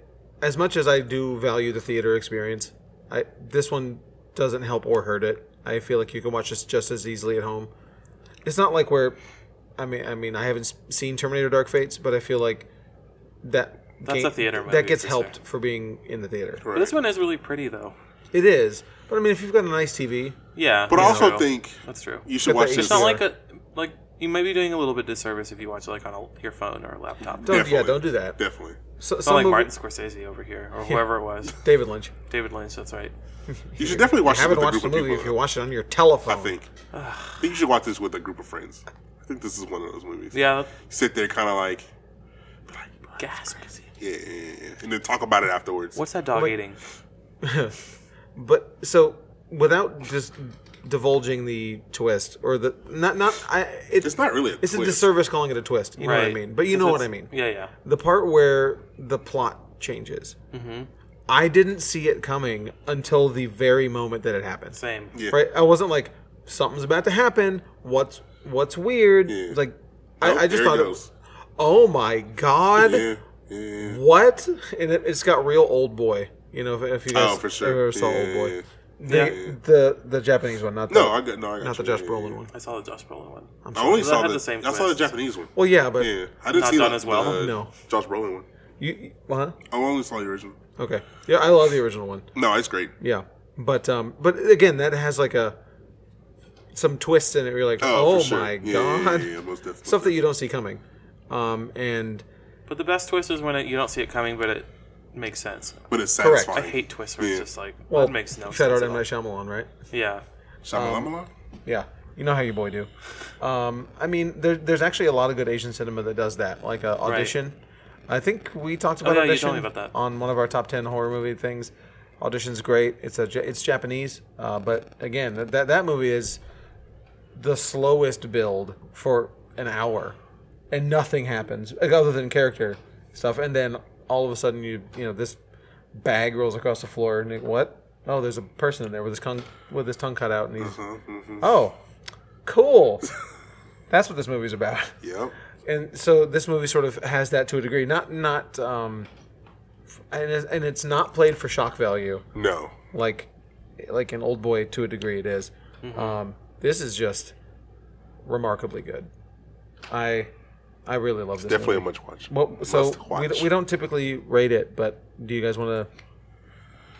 Speaker 1: as much as I do value the theater experience, I this one doesn't help or hurt it. I feel like you can watch this just as easily at home. It's not like where, I mean, I mean, I haven't s- seen Terminator: Dark Fates, but I feel like that
Speaker 2: That's a theater movie
Speaker 1: that gets
Speaker 2: for
Speaker 1: helped
Speaker 2: sure.
Speaker 1: for being in the theater.
Speaker 2: But this one is really pretty though.
Speaker 1: It is, but I mean, if you've got a nice TV,
Speaker 2: Yeah,
Speaker 3: But I
Speaker 2: that's
Speaker 3: also
Speaker 2: true.
Speaker 3: think
Speaker 2: that's true.
Speaker 3: you should
Speaker 1: But
Speaker 3: watch
Speaker 1: the
Speaker 3: this.
Speaker 2: It's not
Speaker 1: Yeah.
Speaker 2: like a like you might be doing a little bit disservice if you watch it like on a, your phone or a laptop.
Speaker 1: don't,
Speaker 2: It's
Speaker 1: yeah,
Speaker 3: Definitely.
Speaker 1: don't do that.
Speaker 3: definitely.
Speaker 1: So,
Speaker 2: not
Speaker 1: some
Speaker 2: like
Speaker 1: movie-
Speaker 2: Martin Scorsese over here or whoever it was,
Speaker 1: David Lynch.
Speaker 2: David Lynch. That's right.
Speaker 3: You should definitely watch
Speaker 1: I haven't
Speaker 3: this with a
Speaker 1: watched
Speaker 3: group
Speaker 1: the
Speaker 3: of
Speaker 1: movie
Speaker 3: people.
Speaker 1: if you watch it on your telephone.
Speaker 3: I think. I think you should watch this with a group of friends. I think this is one of those movies.
Speaker 2: Yeah,
Speaker 3: Sit there, kind of like, like
Speaker 2: gasp.
Speaker 3: yeah, yeah, yeah, and then talk about it afterwards.
Speaker 2: What's that dog eating?
Speaker 1: But so without just divulging the twist or the not not I it,
Speaker 3: It's not really. A
Speaker 1: it's a
Speaker 3: twist.
Speaker 1: disservice calling it a twist. You know what I
Speaker 2: Right.
Speaker 1: mean? But you know what I mean.
Speaker 2: Yeah, yeah.
Speaker 1: The part where the plot changes.
Speaker 2: Mm-hmm.
Speaker 1: I didn't see it coming until the very moment that it happened.
Speaker 2: Same.
Speaker 3: Yeah.
Speaker 1: Right? I wasn't like something's about to happen. What's what's weird?
Speaker 3: Yeah.
Speaker 1: Like
Speaker 3: Oh,
Speaker 1: I, I just
Speaker 3: there it
Speaker 1: thought it
Speaker 3: goes.
Speaker 1: oh my god.
Speaker 3: Yeah, yeah.
Speaker 1: What? And it, it's got real old boy. You know, if, if you guys
Speaker 3: Oh, for sure.
Speaker 1: ever saw
Speaker 3: Yeah,
Speaker 1: old boy,
Speaker 3: yeah, yeah.
Speaker 1: The,
Speaker 2: Yeah.
Speaker 1: the the Japanese one, not the,
Speaker 3: No, I got no. I got
Speaker 1: not the
Speaker 3: you.
Speaker 1: Josh
Speaker 3: Yeah,
Speaker 1: Brolin
Speaker 3: yeah.
Speaker 1: one.
Speaker 2: I saw the Josh Brolin one.
Speaker 1: Um,
Speaker 3: I only
Speaker 2: That
Speaker 3: saw
Speaker 2: had
Speaker 3: the,
Speaker 2: the same
Speaker 3: I saw the
Speaker 2: twist.
Speaker 3: Japanese one.
Speaker 1: Well, yeah, but
Speaker 3: Yeah, I didn't
Speaker 2: Not
Speaker 3: see
Speaker 2: done
Speaker 3: the,
Speaker 2: as well?
Speaker 3: the
Speaker 1: No.
Speaker 3: Josh Brolin one.
Speaker 1: you, you- huh?
Speaker 3: I only saw the original.
Speaker 1: Okay, yeah, I love the original one.
Speaker 3: No, it's great.
Speaker 1: Yeah, but um, but again, that has like a some twists in it. Where you're like,
Speaker 3: Oh,
Speaker 1: oh,
Speaker 3: for sure.
Speaker 1: my
Speaker 3: Yeah, yeah,
Speaker 1: god,
Speaker 3: yeah, yeah, most definitely.
Speaker 1: stuff that you don't see coming. Um, and
Speaker 2: But the best twist is when it, you don't see it coming, but it makes sense.
Speaker 3: But it's
Speaker 1: Correct.
Speaker 3: satisfying.
Speaker 2: I hate twists where it's
Speaker 3: Yeah.
Speaker 2: just like
Speaker 1: well,
Speaker 2: that makes no
Speaker 1: shout
Speaker 2: sense.
Speaker 1: out
Speaker 2: at
Speaker 1: M
Speaker 2: all.
Speaker 1: Night Shyamalan, right?
Speaker 2: Yeah,
Speaker 3: Shyamalan?
Speaker 1: Yeah, You know how you boy do. Um, I mean, there, there's actually a lot of good Asian cinema that does that, like uh, audition. I think we talked about
Speaker 2: Oh, yeah, you told
Speaker 1: audition
Speaker 2: me about that.
Speaker 1: on one of our top ten horror movie things. Audition's great. It's a Ja- it's Japanese, uh, but again, that- that that movie is the slowest build for an hour, and nothing happens like, other than character stuff. And then all of a sudden, you you know this bag rolls across the floor, and it, what? Oh, there's a person in there with his tongue with his tongue cut out, and he's
Speaker 2: Mm-hmm,
Speaker 1: oh, cool. That's what this movie's about.
Speaker 3: Yep.
Speaker 1: And so this movie sort of has that to a degree. Not not um, and it's, and it's not played for shock value
Speaker 3: No.
Speaker 1: like like an old boy to a degree it is. Um, this is just remarkably good. I I really love this.
Speaker 3: Definitely a
Speaker 1: movie.
Speaker 3: much watch.
Speaker 1: Well, so
Speaker 3: must
Speaker 1: we,
Speaker 3: watch.
Speaker 1: we don't typically rate it, but do you guys want to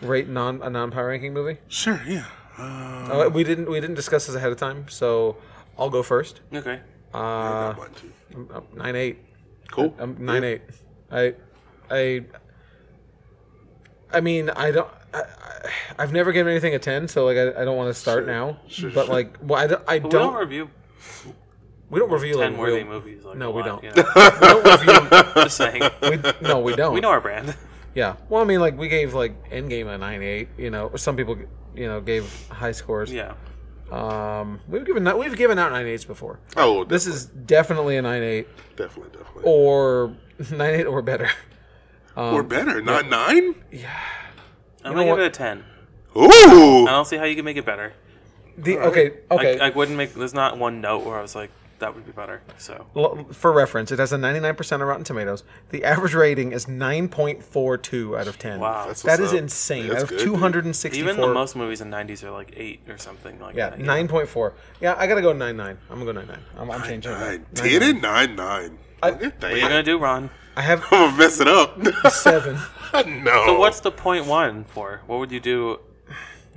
Speaker 1: rate non a non power ranking movie?
Speaker 3: Sure. Yeah. Uh,
Speaker 1: Uh, we didn't we didn't discuss this ahead of time, so I'll go first.
Speaker 2: Okay.
Speaker 1: Uh,
Speaker 3: I got mine too.
Speaker 1: I'm- I'm nine eight.
Speaker 3: Cool.
Speaker 2: Uh,
Speaker 1: I'm nine eight. I, I, I mean, I don't. I, I- I've never given anything a ten, so like I, I don't want to start now. but like, well, I don't. I
Speaker 2: But we
Speaker 1: don't
Speaker 2: don't review
Speaker 1: we don't review
Speaker 2: ten
Speaker 1: like
Speaker 2: worthy
Speaker 1: real,
Speaker 2: movies. Like,
Speaker 1: No,
Speaker 2: a
Speaker 1: we
Speaker 2: lot,
Speaker 1: don't.
Speaker 2: You know?
Speaker 1: we don't review.
Speaker 2: Just saying.
Speaker 1: We, no, we don't.
Speaker 2: We know our brand.
Speaker 1: Yeah. Well, I mean, like we gave like Endgame a nine eight. You know, some people you know gave high scores.
Speaker 2: yeah.
Speaker 1: Um, we've given we've given out nine eights before.
Speaker 3: Oh,
Speaker 1: This is definitely a nine eight
Speaker 3: definitely, definitely.
Speaker 1: or nine eight or better. Oh, um,
Speaker 3: or better, not nine.
Speaker 1: know
Speaker 2: I'm gonna give
Speaker 1: what?
Speaker 2: it a ten.
Speaker 3: Ooh.
Speaker 2: I don't see how you can make it better.
Speaker 1: The okay okay.
Speaker 2: I, I wouldn't make. There's not one note where I was like, that would be better. So
Speaker 1: L- for reference, it has a 99% on Rotten Tomatoes. The average rating is 9.42 out of 10.
Speaker 2: Wow.
Speaker 3: That's
Speaker 1: That is
Speaker 3: what's up.
Speaker 1: insane.
Speaker 3: That's
Speaker 1: out of
Speaker 3: good, dude.
Speaker 1: 264.
Speaker 2: even the most movies in '90s are like eight or something like
Speaker 1: yeah,
Speaker 2: that.
Speaker 1: 9.4. Yeah, I got to go 99. I'm going to go 99. I'm, I'm changing
Speaker 3: Nine.
Speaker 1: it.
Speaker 3: Ten and nine, nine.
Speaker 1: I-
Speaker 3: Look at
Speaker 2: What are you
Speaker 3: that.
Speaker 2: gonna do, Ron?
Speaker 1: I have
Speaker 3: I'm gonna mess it up.
Speaker 1: seven.
Speaker 3: no.
Speaker 2: So what's the point one for? What would you do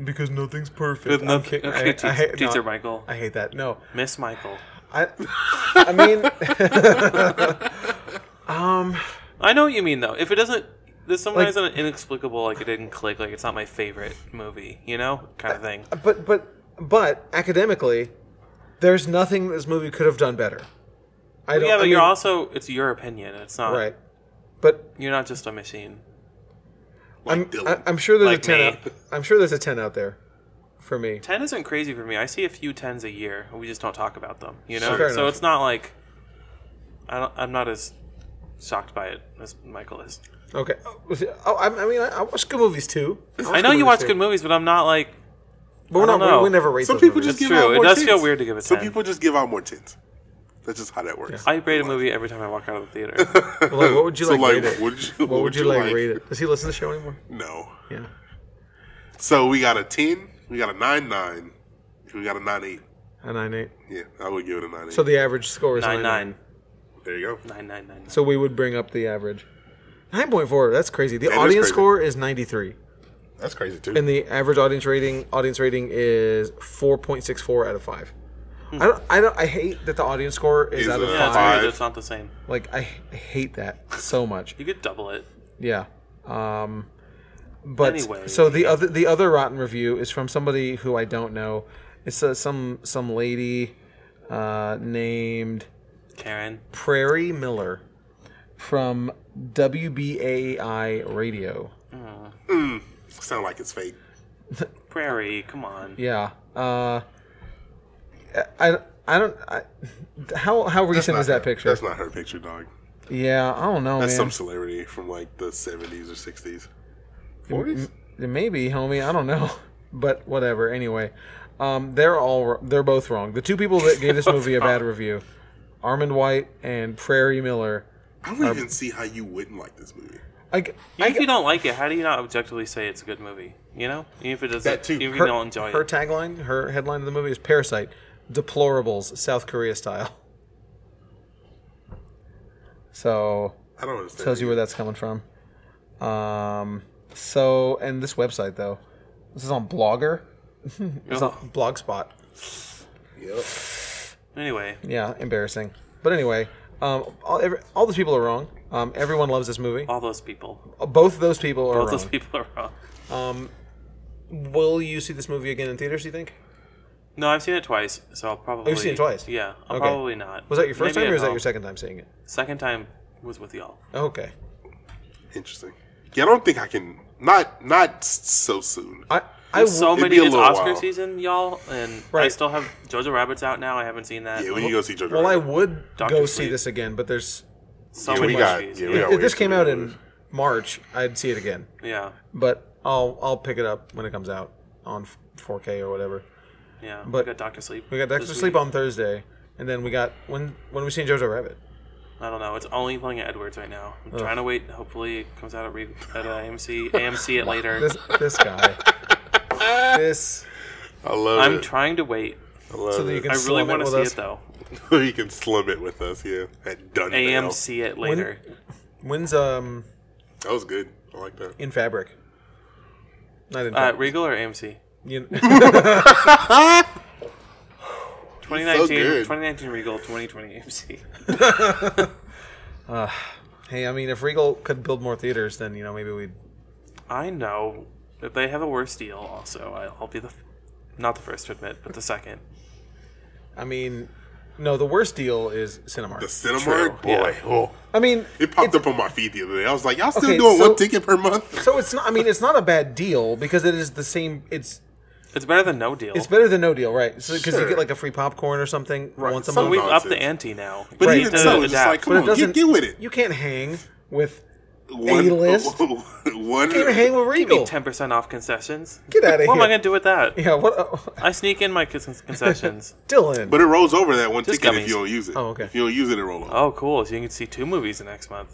Speaker 1: because nothing's perfect.
Speaker 2: with
Speaker 1: I'm
Speaker 2: nothing?
Speaker 1: kidding.
Speaker 2: Okay, teach-
Speaker 1: hate- no,
Speaker 2: teacher Michael,
Speaker 1: I hate that. No.
Speaker 2: Miss Michael.
Speaker 1: I, I mean,
Speaker 2: I know what you mean though. If it doesn't, there's sometimes an inexplicable like it didn't click. Like it's not my favorite movie, you know, kind of thing.
Speaker 1: but, but, but academically, there's nothing this movie could have done better. I don't
Speaker 2: Yeah, but
Speaker 1: I
Speaker 2: you're
Speaker 1: mean-
Speaker 2: also it's your opinion. It's not
Speaker 1: Right. But
Speaker 2: You're not just a machine.
Speaker 1: I'm,
Speaker 3: Dylan.
Speaker 1: I- I'm sure there's a
Speaker 2: Like
Speaker 1: ten.
Speaker 2: me.
Speaker 1: Out, I'm sure there's a ten out there for me.
Speaker 2: Ten isn't crazy for me. I see a few tens a year. We just don't talk about them, you know.
Speaker 1: Sure. Fair
Speaker 2: so
Speaker 1: enough.
Speaker 2: it's not like I don't, I'm not as shocked by it as Michael is.
Speaker 1: Okay. Oh, I, I mean, I, I watch good movies too.
Speaker 2: I know you watch
Speaker 1: movies,
Speaker 2: good movies, but I'm not like
Speaker 1: but we're
Speaker 2: I
Speaker 1: not.
Speaker 2: don't
Speaker 1: We,
Speaker 2: know.
Speaker 1: we never rate
Speaker 3: Some
Speaker 1: those
Speaker 3: people
Speaker 1: movies.
Speaker 3: just give
Speaker 2: true.
Speaker 3: out
Speaker 2: It
Speaker 3: more
Speaker 2: does
Speaker 3: tins.
Speaker 2: feel weird to give it
Speaker 3: Some
Speaker 2: 10.
Speaker 3: people just give out more tins. That's just how that works.
Speaker 2: I rate a movie every time I walk out of the theater.
Speaker 1: Like, what would you
Speaker 3: So,
Speaker 1: like,
Speaker 3: like,
Speaker 1: rate it?
Speaker 3: would you-
Speaker 1: what would, you, like, rate it? Does he listen to the show anymore?
Speaker 3: No.
Speaker 1: Yeah.
Speaker 3: So we got a ten. We got a nine nine. and We got a nine eight.
Speaker 1: A nine eight.
Speaker 3: Yeah, I would give it a nine eight.
Speaker 1: So the average score is
Speaker 2: Nine
Speaker 1: nine
Speaker 2: nine
Speaker 3: there you go.
Speaker 2: nine nine nine.
Speaker 1: So we would bring up the average. Nine point four. That's crazy. The
Speaker 3: is
Speaker 1: audience
Speaker 3: crazy.
Speaker 1: score is ninety three,
Speaker 3: That's crazy too.
Speaker 1: and the average audience rating audience rating is four point six four out of five. I don't. I don't. I hate that the audience score is,
Speaker 3: Is
Speaker 1: out of
Speaker 3: a-
Speaker 2: yeah, it's
Speaker 1: five.
Speaker 3: Five.
Speaker 2: weird. It's not the same.
Speaker 1: Like I h- hate that so much.
Speaker 2: You could double it.
Speaker 1: Yeah. Um, but
Speaker 2: Anyway.
Speaker 1: so the other the other rotten review is from somebody who I don't know. It's uh, some some lady uh, named
Speaker 2: Karen,
Speaker 1: Prairie Miller from WBAI Radio.
Speaker 3: Sound like it's fake.
Speaker 2: Prairie, come on.
Speaker 1: Yeah. Uh, I I don't I, how how recent is that
Speaker 3: Not her-
Speaker 1: picture?
Speaker 3: That's not her picture, dog.
Speaker 1: Yeah, I don't know,
Speaker 3: That's
Speaker 1: man.
Speaker 3: some celebrity from like the seventies or sixties. Forties?
Speaker 1: M- Maybe, homie. I don't know, but whatever. Anyway, um, they're all they're both wrong. The two people that gave this movie a bad review, Armand White and Prairie Miller.
Speaker 3: I
Speaker 1: Um,
Speaker 3: don't even see how you wouldn't like this movie.
Speaker 1: I, g- I
Speaker 2: Even if
Speaker 1: g-
Speaker 2: you don't like it, how do you not objectively say it's a good movie? You know, even if it doesn't,
Speaker 3: That too.
Speaker 2: even if
Speaker 1: her,
Speaker 2: you don't enjoy
Speaker 1: her
Speaker 2: it.
Speaker 1: tagline, her headline of the movie is "Parasite: Deplorables, South Korea style." So
Speaker 3: I don't understand.
Speaker 1: tells you where that's coming from. Um, so and this website though, this is on Blogger, it's
Speaker 2: Oh.
Speaker 1: on Blogspot.
Speaker 3: Yep.
Speaker 2: Anyway,
Speaker 1: Yeah, embarrassing. But anyway, um, all, every, all those people are wrong. Um, everyone loves this movie.
Speaker 2: all those people,
Speaker 1: Both those people are
Speaker 2: all Uh, those
Speaker 1: wrong.
Speaker 2: people are wrong.
Speaker 1: Will you see this movie again in theaters? Do you think?
Speaker 2: No, I've seen it twice, so I'll probably.
Speaker 1: Oh, you've seen it twice?
Speaker 2: Yeah, I'll
Speaker 1: Okay.
Speaker 2: probably not.
Speaker 1: Was that your first time
Speaker 2: Maybe
Speaker 1: or
Speaker 2: at
Speaker 1: was that
Speaker 2: all.
Speaker 1: your second time seeing it?
Speaker 2: Second time was with y'all.
Speaker 1: Okay.
Speaker 3: Interesting. Yeah, I don't think I can. Not not s- so soon.
Speaker 1: I I
Speaker 2: There's so
Speaker 3: it'd
Speaker 2: many.
Speaker 3: be a
Speaker 2: It's
Speaker 3: little
Speaker 2: Oscar
Speaker 3: while.
Speaker 2: season, y'all, and I
Speaker 1: Right.
Speaker 2: still have Jojo Rabbit's out now. I haven't seen that.
Speaker 3: yeah, we need to go see Jojo.
Speaker 1: well I
Speaker 3: Rabbit.
Speaker 1: would
Speaker 2: Dr.
Speaker 1: go see
Speaker 2: Sleep.
Speaker 1: this again, but there's
Speaker 2: so
Speaker 3: Yeah,
Speaker 2: many
Speaker 3: we got-
Speaker 2: movies.
Speaker 3: yeah, we
Speaker 2: yeah.
Speaker 3: got-
Speaker 1: if this
Speaker 3: wait
Speaker 1: came
Speaker 3: till
Speaker 1: out
Speaker 3: the
Speaker 1: in
Speaker 3: movie.
Speaker 1: March, I'd see it again.
Speaker 2: yeah,
Speaker 1: But I'll I'll pick it up when it comes out on 4K or whatever.
Speaker 2: yeah.
Speaker 1: But-
Speaker 2: we got Doctor Sleep.
Speaker 1: We got
Speaker 2: this
Speaker 1: Dexter Sleep
Speaker 2: week.
Speaker 1: on Thursday, and then we got when when we seen Jojo Rabbit.
Speaker 2: I don't know. It's only playing at Edwards right now. I'm trying to wait. Hopefully, it comes out at, re- at uh, AMC. AMC it later.
Speaker 1: This this guy. this
Speaker 3: I love
Speaker 2: I'm
Speaker 3: it.
Speaker 2: trying to wait.
Speaker 3: I love
Speaker 1: so that you
Speaker 3: it.
Speaker 1: can
Speaker 2: I really
Speaker 1: slum it
Speaker 2: want to
Speaker 1: with
Speaker 2: see
Speaker 1: us.
Speaker 2: it though.
Speaker 3: you can slum it with us. Yeah, at Dunvale.
Speaker 2: AMC it later.
Speaker 1: When's um
Speaker 3: That was good. I like that.
Speaker 1: in fabric? Not in
Speaker 2: Uh,
Speaker 1: fabric.
Speaker 2: Regal or AMC?
Speaker 1: You-
Speaker 2: 2019,
Speaker 3: good.
Speaker 2: 2019 Regal, 2020 AMC.
Speaker 1: hey, I mean, if Regal could build more theaters, then you know maybe we'd.
Speaker 2: I know if they have a worse deal. Also, I- I'll be the f- not the first to admit, but the second.
Speaker 1: I mean, no, the worst deal is Cinemark.
Speaker 3: The cinema
Speaker 2: True,
Speaker 3: boy. Oh,
Speaker 1: I mean,
Speaker 3: it popped up on my feed the other day. I was like, y'all still
Speaker 1: Okay,
Speaker 3: doing
Speaker 1: so-
Speaker 3: one ticket per month?
Speaker 1: so it's not. I mean, it's not a bad deal because it is the same. It's
Speaker 2: It's better than no deal.
Speaker 1: it's better than no deal, right? Because you
Speaker 3: Sure.
Speaker 1: get like a free popcorn or something once a
Speaker 3: So
Speaker 1: month.
Speaker 2: We've
Speaker 3: nonsense.
Speaker 2: upped the ante now.
Speaker 3: But
Speaker 1: Right.
Speaker 3: even
Speaker 1: It
Speaker 3: so, it's just
Speaker 2: adapt.
Speaker 3: like,
Speaker 1: But it
Speaker 3: come on, get,
Speaker 1: doesn't-
Speaker 3: get with it.
Speaker 1: you can't hang with.
Speaker 3: One,
Speaker 1: A-list?
Speaker 3: one,
Speaker 1: You can't hang with Regal.
Speaker 2: ten percent off concessions.
Speaker 1: Get outta
Speaker 2: What am I
Speaker 1: here.
Speaker 2: gonna do with that?
Speaker 1: Yeah. What? Uh,
Speaker 2: I sneak in my kids' concessions.
Speaker 1: Dylan.
Speaker 3: But it rolls over that one
Speaker 2: Just
Speaker 3: ticket
Speaker 2: gummies.
Speaker 3: if you don't use it.
Speaker 1: Oh, okay.
Speaker 3: If you don't use it, it rolls over.
Speaker 2: oh, cool! So you can see two movies the next month.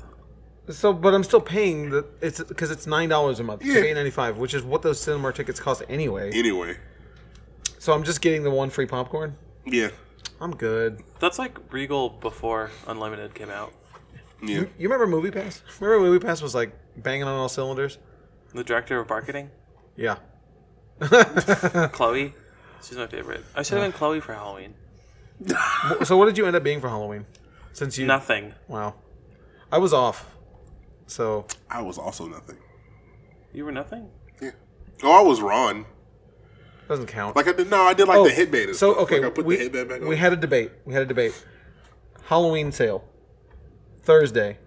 Speaker 1: So, but I'm still paying the it's because it's nine dollars a month,
Speaker 3: Yeah.
Speaker 1: it's eight ninety five, which is what those Cinemark tickets cost anyway.
Speaker 3: Anyway,
Speaker 1: So I'm just getting the one free popcorn.
Speaker 3: yeah,
Speaker 1: I'm good.
Speaker 2: That's like Regal before Unlimited came out.
Speaker 3: yeah.
Speaker 1: You remember Movie Pass? Remember Movie Pass was like banging on all cylinders.
Speaker 2: The director of marketing,
Speaker 1: Yeah,
Speaker 2: Chloe. She's my favorite. I should have been Chloe for Halloween.
Speaker 1: So what did you end up being for Halloween? Since you
Speaker 2: Nothing.
Speaker 1: wow, I was off. So
Speaker 3: I was also nothing.
Speaker 2: You were nothing.
Speaker 3: Yeah. Oh, I was Ron.
Speaker 1: doesn't count.
Speaker 3: Like I did. No, I did like the headband. And
Speaker 1: Oh, so
Speaker 3: stuff.
Speaker 1: okay,
Speaker 3: Like, I put
Speaker 1: we,
Speaker 3: the headband back
Speaker 1: we
Speaker 3: on.
Speaker 1: had a debate. We had a debate. Halloween sale Thursday.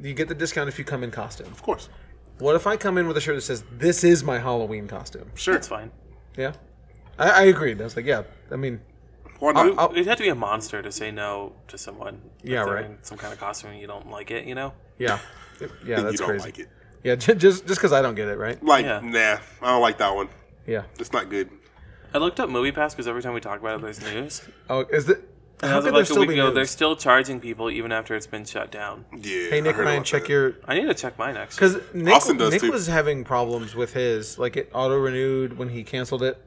Speaker 1: You get the discount if you come in costume.
Speaker 3: of course.
Speaker 1: What if I come in with a shirt that says "This is my Halloween costume"?
Speaker 3: Sure.
Speaker 2: It's fine.
Speaker 1: Yeah, I, I agreed. I was like, yeah. I mean,
Speaker 3: Why not?
Speaker 1: I'll-
Speaker 2: It'd have to be a monster to say no to someone. if
Speaker 1: Oh. Yeah,
Speaker 2: they're
Speaker 1: right.
Speaker 2: in Some kind of costume and you don't like it, you know.
Speaker 1: yeah, yeah.
Speaker 3: you
Speaker 1: That's
Speaker 3: don't
Speaker 1: crazy.
Speaker 3: like it.
Speaker 1: Yeah, ju- just just because I don't get it, right?
Speaker 3: Like
Speaker 2: Yeah.
Speaker 3: nah, I don't like that one.
Speaker 1: Yeah.
Speaker 3: It's not good.
Speaker 2: I looked up MoviePass because every time we talk about it, there's news.
Speaker 1: Oh, is the how
Speaker 2: And as
Speaker 1: could
Speaker 2: of
Speaker 1: there
Speaker 2: like a
Speaker 1: still
Speaker 2: week
Speaker 1: be
Speaker 2: ago,
Speaker 1: news?
Speaker 2: they're still charging people even after it's been shut down.
Speaker 3: Yeah.
Speaker 1: Hey Nick, Ryan, check your
Speaker 2: I need to check mine actually.
Speaker 1: because Nick,
Speaker 3: Austin does,
Speaker 1: Nick
Speaker 3: too.
Speaker 1: was having problems with his like it auto renewed when he canceled it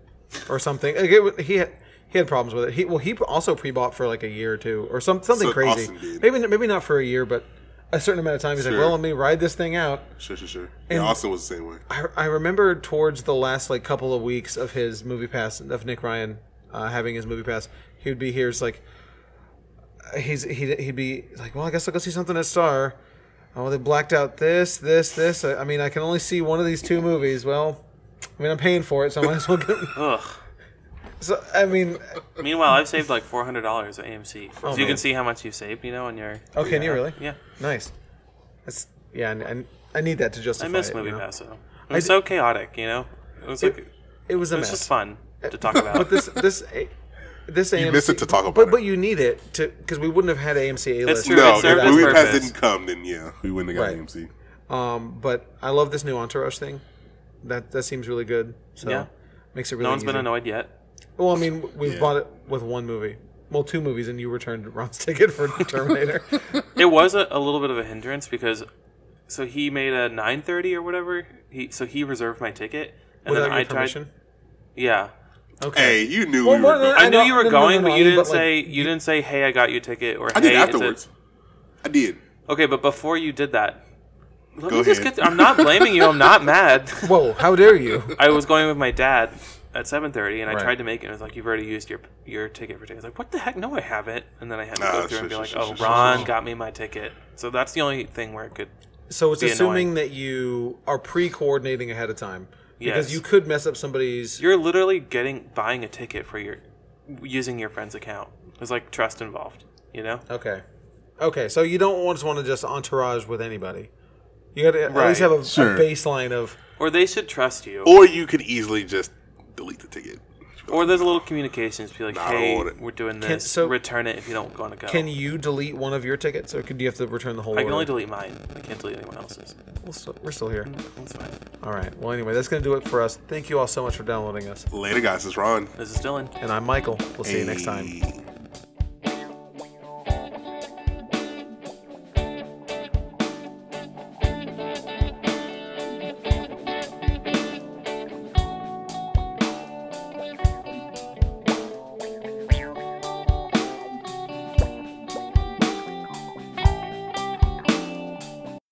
Speaker 1: or something. Like it, wa- he had he had problems with it. He well he also pre bought for like a year or two or some something
Speaker 3: So
Speaker 1: crazy.
Speaker 3: Austin did.
Speaker 1: Maybe maybe not for a year, but a certain amount of time. He's like,
Speaker 3: Sure.
Speaker 1: well, let me ride this thing out.
Speaker 3: Sure, sure, sure. Yeah, Austin was the same way.
Speaker 1: I, I remember towards the last like couple of weeks of his movie pass of Nick Ryan uh, having his movie pass, he would be here. It's like uh, he's he'd, he'd be like, well, I guess I'll go see something at Star. Oh, they blacked out this, this, this. I, I mean, I can only see one of these two movies. Well, I mean, I'm paying for it, so I might as well get.
Speaker 2: Ugh.
Speaker 1: So I mean,
Speaker 2: Meanwhile, I've saved like four hundred dollars at AMC, so you
Speaker 1: Oh, man.
Speaker 2: can see how much you saved, you know, on your.
Speaker 1: oh, can you really?
Speaker 2: Yeah,
Speaker 1: Nice. That's yeah. I, I, I need that to justify.
Speaker 2: I miss
Speaker 1: it, you
Speaker 2: Movie
Speaker 1: know?
Speaker 2: Pass though. It was so chaotic, you know. It was like it,
Speaker 1: It was a
Speaker 2: was
Speaker 1: mess.
Speaker 2: just fun to talk about.
Speaker 1: But this this this AMC,
Speaker 3: miss it to talk about
Speaker 1: But
Speaker 3: it.
Speaker 1: but you need it to because we wouldn't have had AMC A list.
Speaker 2: true.
Speaker 3: No,
Speaker 2: It served
Speaker 3: if
Speaker 2: its
Speaker 3: we pass
Speaker 2: purpose.
Speaker 3: didn't come, then yeah, we wouldn't have got
Speaker 1: Right.
Speaker 3: AMC.
Speaker 1: Um, but I love this new Entourage thing. That that seems really good. So
Speaker 2: Yeah.
Speaker 1: makes it really.
Speaker 2: no one's been
Speaker 1: easy.
Speaker 2: annoyed yet.
Speaker 1: Well, I mean, we've
Speaker 3: Yeah.
Speaker 1: bought it with one movie. Well, two movies, and you returned Ron's ticket for Terminator.
Speaker 2: It was a, a little bit of a hindrance because, so he made a nine thirty or whatever. He so he reserved my ticket, and
Speaker 1: without
Speaker 2: then
Speaker 1: your
Speaker 2: I
Speaker 1: permission.
Speaker 2: tried. Yeah,
Speaker 1: Okay.
Speaker 3: Hey, you knew
Speaker 1: Well, uh,
Speaker 3: we
Speaker 1: well,
Speaker 3: were.
Speaker 1: no,
Speaker 3: going.
Speaker 1: I
Speaker 2: I,
Speaker 1: know-
Speaker 2: knew you were
Speaker 1: no, no, no,
Speaker 2: going,
Speaker 1: no,
Speaker 2: but you didn't
Speaker 1: but, like,
Speaker 2: say you didn't say, "Hey, I got you a ticket," or
Speaker 3: I
Speaker 2: "Hey."
Speaker 3: did
Speaker 2: it's a-
Speaker 3: afterwards. I did.
Speaker 2: okay, but before you did that, let
Speaker 3: Go
Speaker 2: me just
Speaker 3: ahead.
Speaker 2: get. I'm not blaming you. I'm not mad.
Speaker 1: Whoa! How dare you?
Speaker 2: I was going with my dad at 7:30, and I
Speaker 1: Right.
Speaker 2: tried to make it. and It was like, "You've already used your your ticket for tickets." Like, what the heck? No, I haven't. And then I had to
Speaker 3: Ah,
Speaker 2: go through and
Speaker 3: sure,
Speaker 2: be
Speaker 3: sure,
Speaker 2: like,
Speaker 3: sure,
Speaker 2: "Oh,
Speaker 3: sure, sure,
Speaker 2: Ron
Speaker 3: sure.
Speaker 2: got me my ticket." So that's the only thing where it could.
Speaker 1: So it's
Speaker 2: Be
Speaker 1: assuming that you are pre-coordinating ahead of time. Because
Speaker 2: Yes.
Speaker 1: you could mess up somebody's.
Speaker 2: You're literally getting buying a ticket for your using your friend's account. There's like trust involved, you know?
Speaker 1: Okay. Okay, so you don't want- just want to just entourage with anybody. You got to at
Speaker 2: Right.
Speaker 1: least have a, a
Speaker 3: Sure.
Speaker 1: baseline of.
Speaker 2: Or they should trust you.
Speaker 3: Or you could easily just delete the ticket.
Speaker 2: Or there's a little communications be like,
Speaker 3: Nah, I don't
Speaker 2: "Hey,
Speaker 3: want it."
Speaker 2: we're doing this.
Speaker 1: so-
Speaker 2: Return it if you don't want to go."
Speaker 1: Can you delete one of your tickets, or could, do you have to return the whole?
Speaker 2: I can only
Speaker 1: order?
Speaker 2: delete mine. I can't delete anyone else's.
Speaker 1: We'll still- we're still here.
Speaker 2: That's fine.
Speaker 1: All right. Well, anyway, that's gonna do it for us. Thank you all so much for downloading us,
Speaker 3: Later, guys. It's Ron.
Speaker 2: This is Dylan.
Speaker 1: and I'm Michael. We'll see you next time.
Speaker 3: Hey.